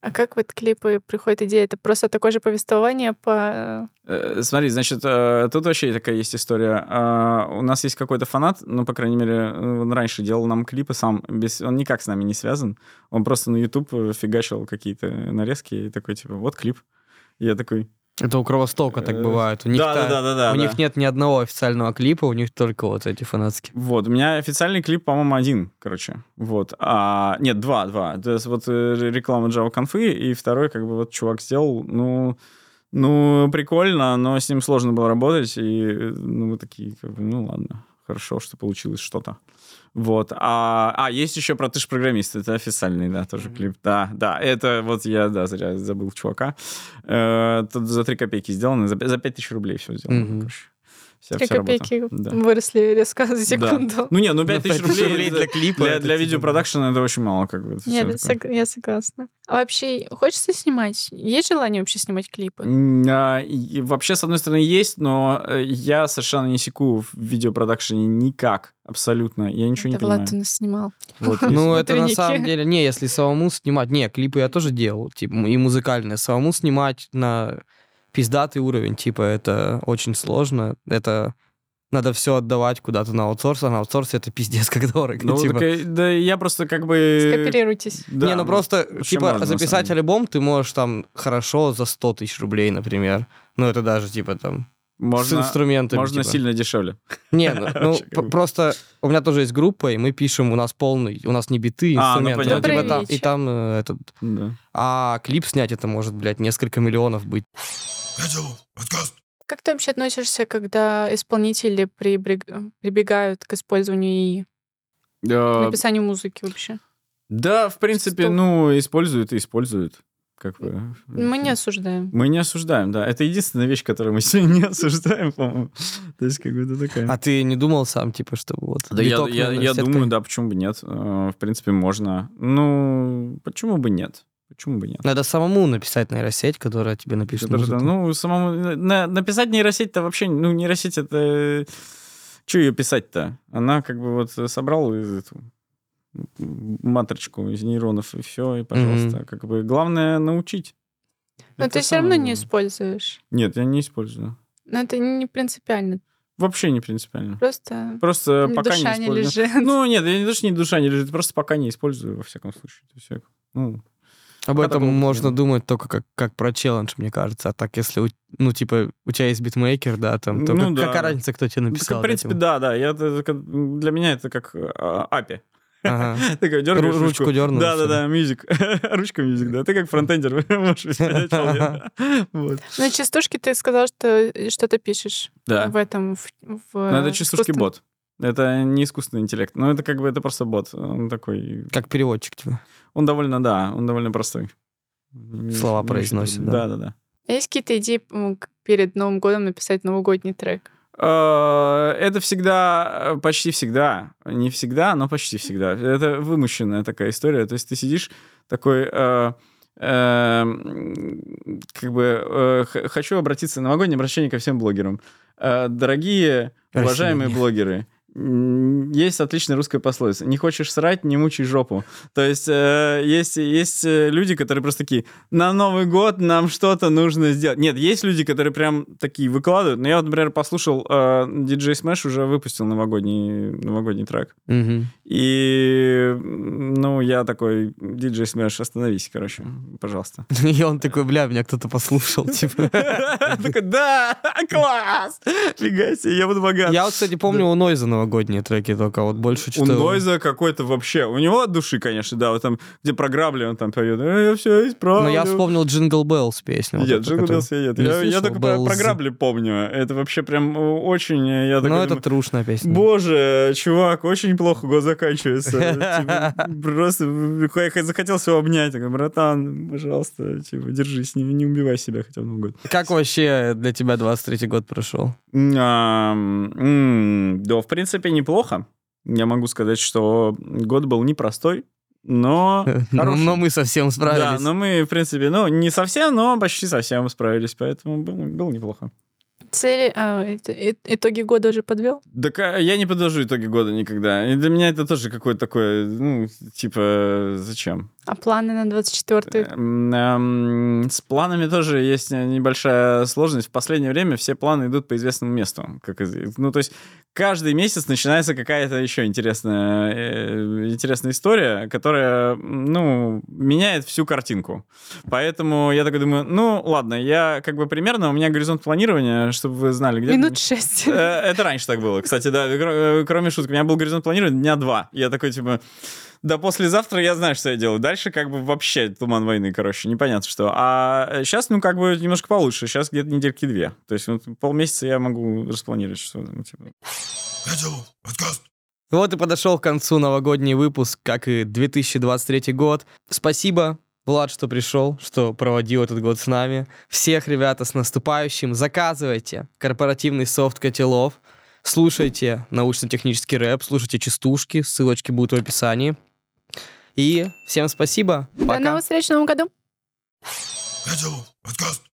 А как вот клипы приходит идея? Это просто такое же повествование по...
Э, Смотри, значит, э, тут вообще такая есть история. Э, У нас есть какой-то фанат, ну, по крайней мере, э, он раньше делал нам клипы сам, без, он никак с нами не связан. Он просто на YouTube э, фигачил какие-то нарезки и такой, типа, вот клип. Я такой...
Это у Кровостока так
Э,
бывает. У них та-
Да-да-да-да.
У них нет ни одного официального клипа, у них только вот эти фанатские.
Вот, у меня официальный клип, по-моему, один, короче. Вот. А, нет, два, два. То есть вот э, реклама Java конфы, и второй, как бы, вот чувак сделал, ну, ну, прикольно, но с ним сложно было работать, и, э, ну, мы такие, как бы, ну, ладно, хорошо, что получилось что-то. Вот. А, а, есть еще про ты ж программист, это официальный, да, тоже
Мгм.
клип. Да, да, это вот я, да, зря забыл чувака. Э, тут за три копейки сделано, за, пя- за пять тысяч рублей все сделано.
Мгм.
короче. Вся-
Три
вся работа.
копейки
Да.
выросли резко за
Да.
секунду.
Ну не, ну 5 тысяч
Ну, пять тысяч
рублей (laughs)
для
для,
клипа.
для,
это
для
типа-
видеопродакшена это очень мало, как бы. это всё
Нет, это
такое.
сог- я согласна. А вообще, хочется снимать? Есть желание вообще снимать клипы?
М, а, и Вообще, с одной стороны, есть, но э, я совершенно не секу в видеопродакшене никак, абсолютно. Я ничего не
Это
понимаю.
Влад наснимал. (laughs)
Вот, если-
Ну, это на
внутренники.
самом деле, не, если самому снимать, не, клипы я тоже делал, типа, и музыкальные, самому снимать на пиздатый уровень, типа, это очень сложно, это надо все отдавать куда-то на аутсорс, а на аутсорсе это пиздец как дорого,
Ну,
типа.
так, э, да, я просто как бы...
Скооперируйтесь.
да,
не, ну просто,
вообще
типа,
можно, на самом
записать
деле.
альбом ты можешь там хорошо за 100 тысяч рублей, например. Ну, это даже, типа, там, с
Можно,
инструментами.
можно
типа.
сильно дешевле. (laughs)
Не, ну, ну,
Вообще,
п- просто у меня тоже есть группа, и мы пишем, у нас полный, у нас не биты,
А, ну,
инструменты.
понятно.
типа,
Добрый
там- и
вечер.
там э, этот...
Да.
А клип снять это может, блядь, несколько миллионов быть.
Как ты вообще относишься, когда исполнители прибрег- прибегают к использованию и Ну,
Э,
написанию музыки вообще?
Да, в принципе,
Что?
ну, используют и используют. Как бы.
Мы не осуждаем.
Мы не осуждаем, да. Это единственная вещь, которую мы сегодня не осуждаем, по-моему. То есть как бы это такая...
А ты не думал сам, типа, что вот
Да, я,
биток,
я,
наверное,
я
сеткой?
думаю, да, почему бы нет. Э, В принципе, можно. Ну, почему бы нет? Почему бы нет?
Ну, Надо самому написать нейросеть, которая тебе напишет
Даже, да,
музыку.
ну, самому... на- написать нейросеть-то вообще... Ну, нейросеть это... Че ее писать-то? Она как бы вот собрала из эту матрочку из нейронов, и все, и пожалуйста. Как бы главное научить.
Но
Ну, Это
ты все равно
самое
не
главное.
используешь.
Нет, я не использую.
Но это не принципиально.
Вообще не принципиально.
Просто
Просто пока
душа
не
не
использую.
лежит.
Ну, нет, я не то, что не душа не лежит, просто пока не использую, во всяком случае. То есть я, ну,
Об
Пока
этом
такого
можно
нет.
думать только как, как про челлендж, мне кажется. А так, если, у- ну, типа, у тебя есть битмейкер, да, там, то
Ну
как-
да.
какая разница, кто тебе написал?
в
да,
принципе,
типа?
да, да. Я, это как- для меня это как апи.
Ага.
(laughs) Ты как дергаешь
Ру- ручку дернул,
Да, да,
всё.
да, мюзик. (laughs) Ручка мюзик, да. Ты как фронтендер (laughs) можешь писать (laughs) вполне. Вот.
На частушке ты сказал, что что-то пишешь
Да.
в
Ну,
этом. В, в
Но
э,
это чистушки
искусственном-
бот. Это не искусственный интеллект. Но это как бы это просто бот. Он такой.
Как переводчик тебе.
Он довольно, да, он довольно простой. Не-
Слова
не
произносит,
очень-
да.
Да, да, да.
А Есть какие-то идеи м, к- перед Новым годом написать новогодний трек?
Э, Это всегда, э, почти всегда, не всегда, но почти всегда. Это вымышленная такая история. То есть ты сидишь такой, э, э, м, как бы, э, х- хочу обратиться, новогоднее обращение ко всем блогерам. Э, Дорогие, уважаемые
Россияне.
блогеры, м, есть отличная русская пословица. Не хочешь срать, не мучай жопу. То есть э, есть, есть э, люди, которые просто такие, на Новый год нам что-то нужно сделать. Нет, есть люди, которые прям такие выкладывают. Но я, вот, например, послушал, э, DJ Smash уже выпустил новогодний, новогодний трек.
Мгм. (laughs)
И, м, ну, я такой, DJ Smash, остановись, короче, пожалуйста.
И он такой, бля, меня кто-то послушал, (laughs) типа.
Такой, да, класс! Фига себе, я буду богат. (laughs)
Я вот, кстати, помню у Нойза новогодние треки только, вот больше
У
что-то...
Нойза какой-то вообще. У него от души, конечно, да. Вот там, где про грабли он там поет. «Э, Я все исправлю.
Но Ну, я вспомнил Джингл Беллс песню. вот
Нет,
эту,
Джингл
которую-
Беллс я нет.
Не
Я, я
слышал,
только про,
Беллс.
про грабли помню. Это вообще прям э, очень... э, Я такой
Ну, это
думаю,
трушная песня.
Боже, чувак, очень плохо год заканчивается. Типа,
(laughs)
Просто я хоть захотел его обнять. Я говорю, братан, пожалуйста, типа, держись, не, не убивай себя хотя бы на год.
Как вообще для тебя 23-й год прошел?
Ам, м, Да, в принципе, неплохо. Я могу сказать, что год был непростой,
(laughs)
но
Ну, Но,
хороший.
но мы совсем
Да,
справились.
но мы, в принципе, ну, не совсем, но почти совсем справились, поэтому было, было неплохо.
Цели, а, это- и- итоги года уже подвел?
Так а, я не подвожу итоги года никогда. И для меня это тоже какое-то такое, ну, типа, зачем?
А планы на 24-й?
Эм, эм, С планами тоже есть э, небольшая сложность. В последнее время все планы идут по известному месту. Как из- ну, то есть каждый месяц начинается какая-то еще интересная, э, интересная история, которая, м, ну, меняет всю картинку. Поэтому я такой думаю, ну, ладно, я как бы примерно, у меня горизонт планирования, чтобы вы знали, где...
Минут шесть.
Э, Это раньше так было, кстати, да. кро- э, Кроме шуток, у меня был горизонт планирования дня два. Я такой, типа, да послезавтра я знаю, что я делаю. Дальше как бы вообще туман войны, короче, непонятно что. А сейчас, ну, как бы немножко получше. Сейчас где-то недельки две. То есть вот полмесяца я могу распланировать, что там, типа.
Вот и подошел к концу новогодний выпуск, как и 2023 год. Спасибо, Влад, что пришел, что проводил этот год с нами. Всех, ребята, с наступающим. Заказывайте корпоративный софт котелов. Слушайте научно-технический рэп, слушайте частушки, ссылочки будут в описании. И всем спасибо.
До
Пока.
новых встреч в Новом году.
Podcast.